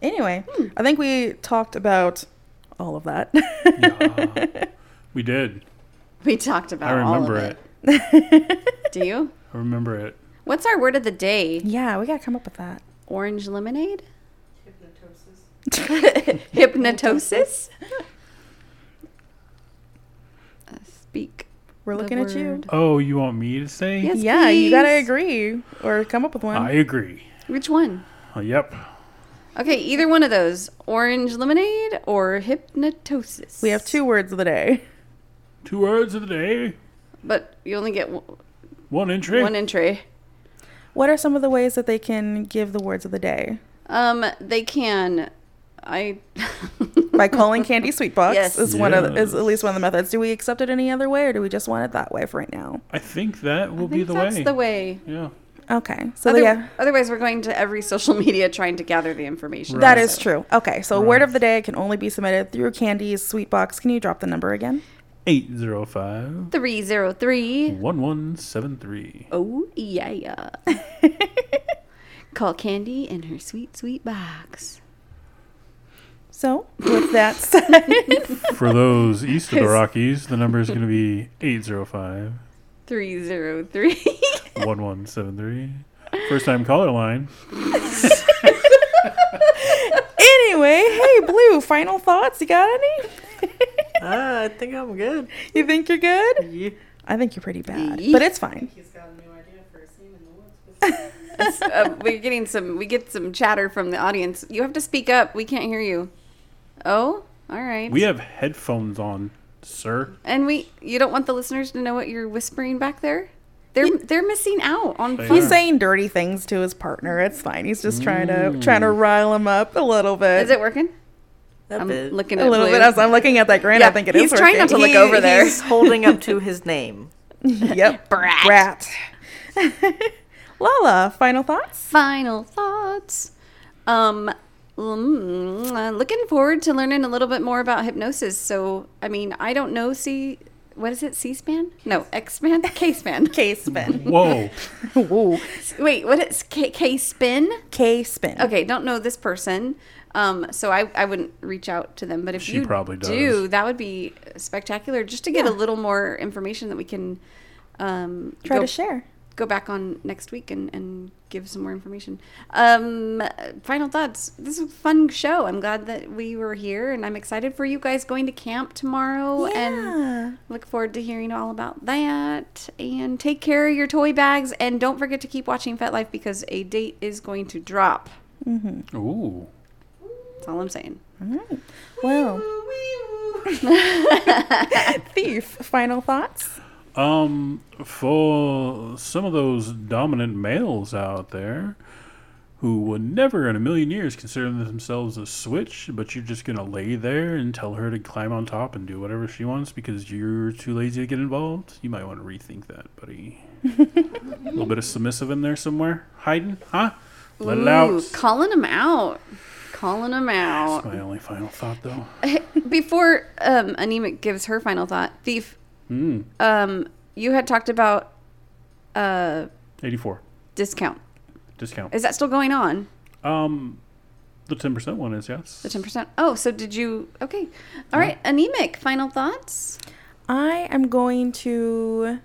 Anyway,
Hmm.
I think we talked about all of that.
We did.
We talked about
I remember
all of
it.
it. Do you?
I remember it.
What's our word of the day?
yeah, we got to come up with that.
Orange lemonade?
hypnotosis.
Hypnotosis? Uh, speak.
We're
the
looking at you.
word.
Oh, you want me to say?
Yes,
Yeah, you got to
please.
agree or come up with one.
I agree.
Which one?
Oh, yep.
Okay, either one of those. Orange lemonade or hypnotosis.
we have two words of the day.
Two words of the day.
But you only get w-
One entry.
one entry.
What are some of the ways that they can give the words of the day?
Um, they can. I.
By calling candy sweet box
Yes.
is one of is at least one of the methods. Do we accept it any other way, or do we just want it that way for right now?
I think that will
I
be
think
the
that's
way.
the way.
Yeah.
Okay, so
Other-
Oh, yeah,
Otherwise, we're going to every social media trying to gather the information.
that is true. Okay, so word of the day can only be submitted through candy's sweet box. Can you drop the number again?
805
303.
1173.
Oh, yeah, yeah. Call Candy and her sweet, sweet box.
So with that said,
For those east of the Rockies, the number is going to be 805
303.
1173. First time caller line.
anyway, hey Blue, final thoughts? You got any?
Ah, i think i'm good
You think you're good?
Yeah.
I think you're pretty bad,
Yeet.
but it's fine.
He's got a new idea for a scene in the woods. with
uh, we're getting some, we get some chatter from the audience. You have to speak up. We can't hear you. Oh, all right.
We have headphones on, sir.
and we, you don't want the listeners to know what you're whispering back there? They're, they're missing out on
They
fun.
He's saying dirty things to his partner. It's fine. He's just trying to trying to rile him up a little bit.
Mm. Is it working?
That
I'm
bit.
looking at
a little
Blue.
bit as I'm looking at that grant. I
Yeah,
think it
he's
is
trying not to
working.
look over there.
he's holding up to his name
Yep, brat. Lala, final thoughts?
final thoughts. Um, mm, uh, looking forward to learning a little bit more about hypnosis. So, I mean, I don't know. C, what is it? C-SPAN? No, X-SPAN. K-SPAN.
K spin.
Whoa.
Whoa.
Wait, what is K- K-SPIN?
K spin.
Okay, don't know this person. Um, so I, I wouldn't reach out to them, but if
She
you
probably does.
do, that would be spectacular. Just to get a little more information that we can um,
Try
go-
to share.
go back on next week and, and give some more information. Um, final thoughts. This is a fun show. I'm glad that we were here, and I'm excited for you guys going to camp tomorrow.
Yeah.
And look forward to hearing all about that. And take care of your toy bags, and don't forget to keep watching Fet Life because a date is going to drop.
Ooh.
That's all I'm saying.
Well, thief. Final thoughts?
Um, for some of those dominant males out there who would never in a million years consider themselves a switch, but you're just gonna lay there and tell her to climb on top and do whatever she wants because you're too lazy to get involved, you might want to rethink that, buddy. a little bit of submissive in there somewhere, hiding, huh? Let it
Ooh,
out.
calling them out. Calling them out.
That's my only final thought, though.
Before um, Anemic gives her final thought, Thief, um, you had talked about uh,
84
discount.
discount.
Is that still going on?
Um, the 10% one is yes.
The 10%? Oh, so did you. Okay. All right. Anemic, final thoughts?
I am going to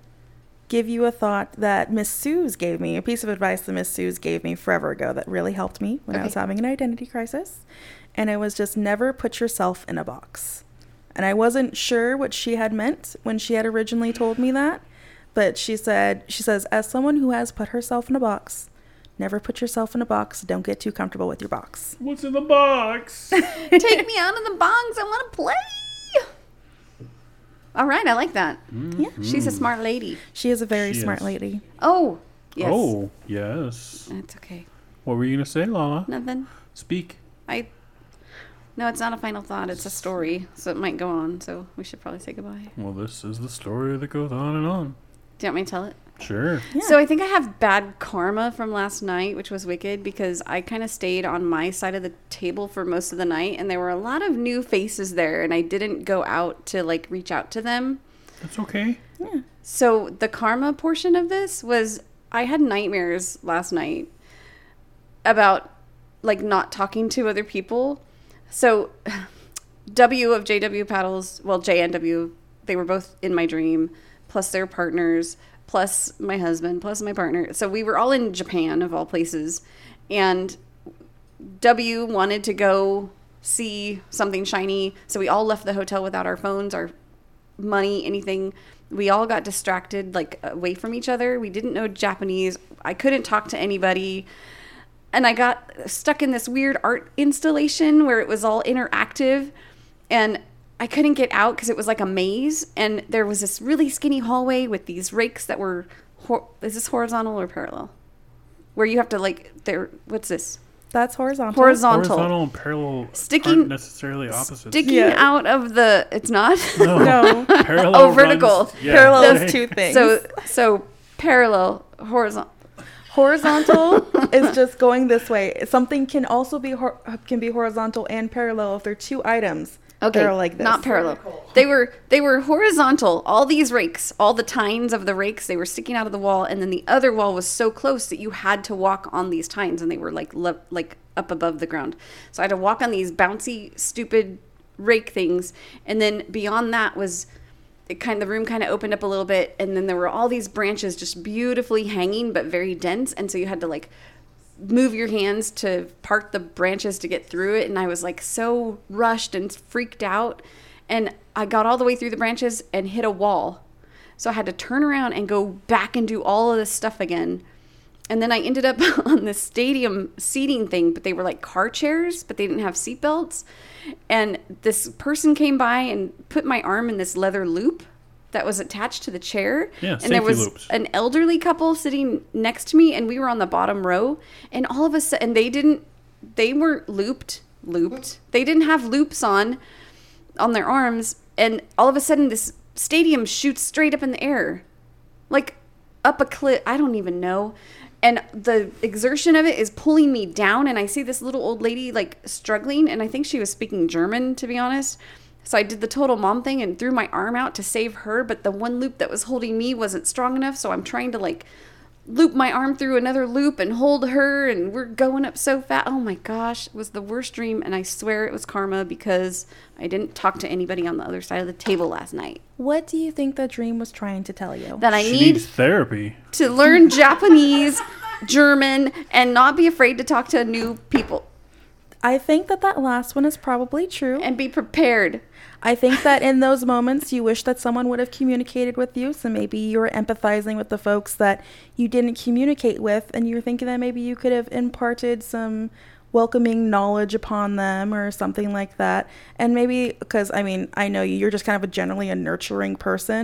give you a thought that Miss Suze gave me, a piece of advice that Miss Suze gave me forever ago that really helped me when I was
Okay.
having an identity crisis. And it was just never put yourself in a box. And I wasn't sure what she had meant when she had originally told me that, but she said she says as someone who has put herself in a box, never put yourself in a box, don't get too comfortable with your box.
What's in the box?
Take me out of the bongs. I want to play. All right. I like that. Yeah. She's a smart lady.
She is a very
She
smart
is.
lady.
Oh, Yes.
Oh, yes.
That's okay.
What were you going to say, Lala?
Nothing.
Speak.
I. No, it's not a final thought. It's a story, so it might go on. So we should probably say goodbye.
Well, this is the story that goes on and on.
Do you want me to tell it?
Sure.
So I think I have bad karma from last night, which was wicked because I kind of stayed on my side of the table for most of the night, and there were a lot of new faces there, and I didn't go out to like reach out to them.
That's okay.
So the karma portion of this was I had nightmares last night about like not talking to other people. So W of JW Paddles, well JNW, they were both in my dream, plus their partners, plus my husband, plus my partner. So we were all in Japan of all places, and W wanted to go see something shiny. So we all left the hotel without our phones, our money, anything. We all got distracted, like away from each other. We didn't know Japanese. I couldn't talk to anybody. And I got stuck in this weird art installation where it was all interactive. And I couldn't get out because it was like a maze. And there was this really skinny hallway with these rakes that were. Hor- is this horizontal or parallel? Where you have to, like, there. What's this?
That's horizontal.
Horizontal.
Horizontal and parallel
Oh, Sticking-
aren't necessarily opposites.
Sticking
Yeah.
out of the. It's not.
No.
Parallel
Oh, vertical.
runs- yeah.
Parallel
Hey,
is two things.
so so parallel horizontal
horizontal is just going this way. Something can also be hor- can be horizontal and parallel if they're two items. that are like this.
not parallel they were they were horizontal all these rakes all the tines of the rakes they were sticking out of the wall and then the other wall was so close that you had to walk on these tines and they were like le- like up above the ground so i had to walk on these bouncy stupid rake things and then beyond that was it kind the room kind of opened up a little bit and then there were all these branches just beautifully hanging but very dense and so you had to like move your hands to part the branches to get through it and i was like so rushed and freaked out and i got all the way through the branches and hit a wall so i had to turn around and go back and do all of this stuff again and then i ended up on this stadium seating thing but they were like car chairs but they didn't have seat belts and this person came by and put my arm in this leather loop that was attached to the chair
Yeah,
and there
safety
was
loops.
an elderly couple sitting next to me and we were on the bottom row and all of a sudden they didn't they weren't looped looped they didn't have loops on on their arms and all of a sudden this stadium shoots straight up in the air like up a cliff i don't even know and the exertion of it is pulling me down and i see this little old lady like struggling and i think she was speaking german to be honest so i did the total mom thing and threw my arm out to save her but the one loop that was holding me wasn't strong enough so i'm trying to like loop my arm through another loop and hold her and we're going up so fast oh my gosh it was the worst dream and i swear it was karma because i didn't talk to anybody on the other side of the table last night
What do you think that dream was trying to tell you?
that i
She
need
needs therapy.
to learn Japanese, German, and not be afraid to talk to new people
I think that that last one is probably true.
and be prepared.
I think that in those moments, you wish that someone would have communicated with you. So maybe you were empathizing with the folks that you didn't communicate with, and you're thinking that maybe you could have imparted some welcoming knowledge upon them or something like that. And maybe, because I mean, I know you, you're just kind of a generally a nurturing person.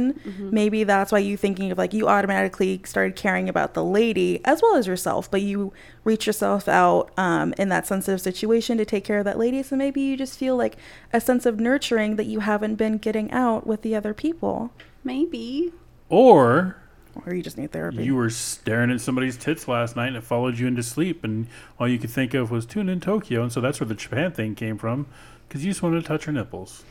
Maybe that's why you thinking of like you automatically started caring about the lady as well as yourself, but you reach yourself out um, in that sensitive situation to take care of that lady. So maybe you just feel like a sense of nurturing that you haven't been getting out with the other people,
Maybe.
Or
or you just need therapy.
you were staring at somebody's tits last night and it followed you into sleep, and all you could think of was tune in Tokyo, and so that's where the Japan thing came from, because you just wanted to touch her nipples.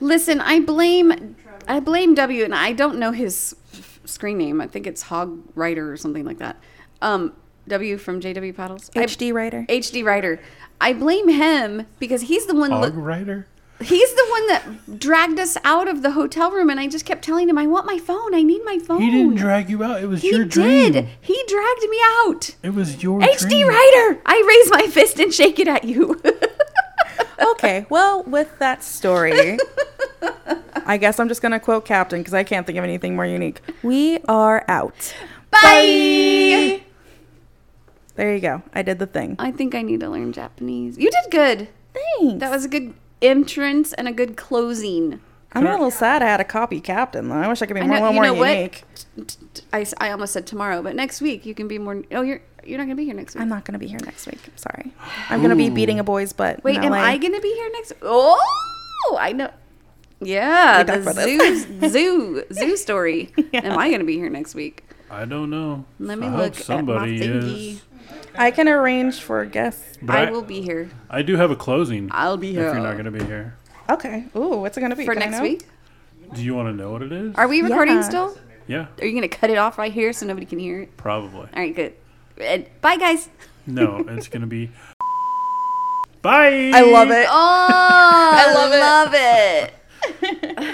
Listen, I blame I blame W and I don't know his f- screen name. I think it's Hog Rider or something like that. Um W from JW Paddles. I-
HD writer.
HD Rider. I blame him because he's the one
Hog
lo-
rider?
he's the one that dragged us out of the hotel room and I just kept telling him I want my phone. I need my phone.
He didn't drag you out. It was
He
your
did.
dream.
He dragged me out.
It was your
HD
dream.
Rider, I raise my fist and shake it at you. Oh,
okay, well, with that story, I guess I'm just going to quote Captain because I can't think of anything more unique. We are out.
Bye.
There you go. I did the thing.
I think I need to learn Japanese. You did good.
Thanks.
That was a good entrance and a good closing.
I'm a little sad I had a copy captain though. I wish I could be
I
more, a
know.
little
You
more
know
unique.
what? T- t- t- I, s- I almost said tomorrow, but next week you can be more. Oh, you're you're not gonna be here next week.
I'm not gonna be here next week. I'm sorry. I'm gonna be beating a boy's butt.
Wait,
in
am
LA.
I gonna be here next? Oh, I know. Yeah,
We talked
the
about
zoo,
this.
zoo, zoo story. Am I gonna be here next week?
I don't know.
Let me
I hope
look at my
somebody
thingy.
is.
I can arrange for guests.
But
I will be here.
I do have a closing.
I'll be here.
If you're not going to be here,
Okay. Ooh, what's it gonna be
for
Can I
next
know?
week.
do you want to know what it is?
Are we recording
Yeah.
still?
yeah,
Are you gonna cut it off right here so nobody can hear it?
probably.
All right, good. And bye, guys.
No, it's going to be. Bye.
I love it.
Oh, I
love it.
Love it.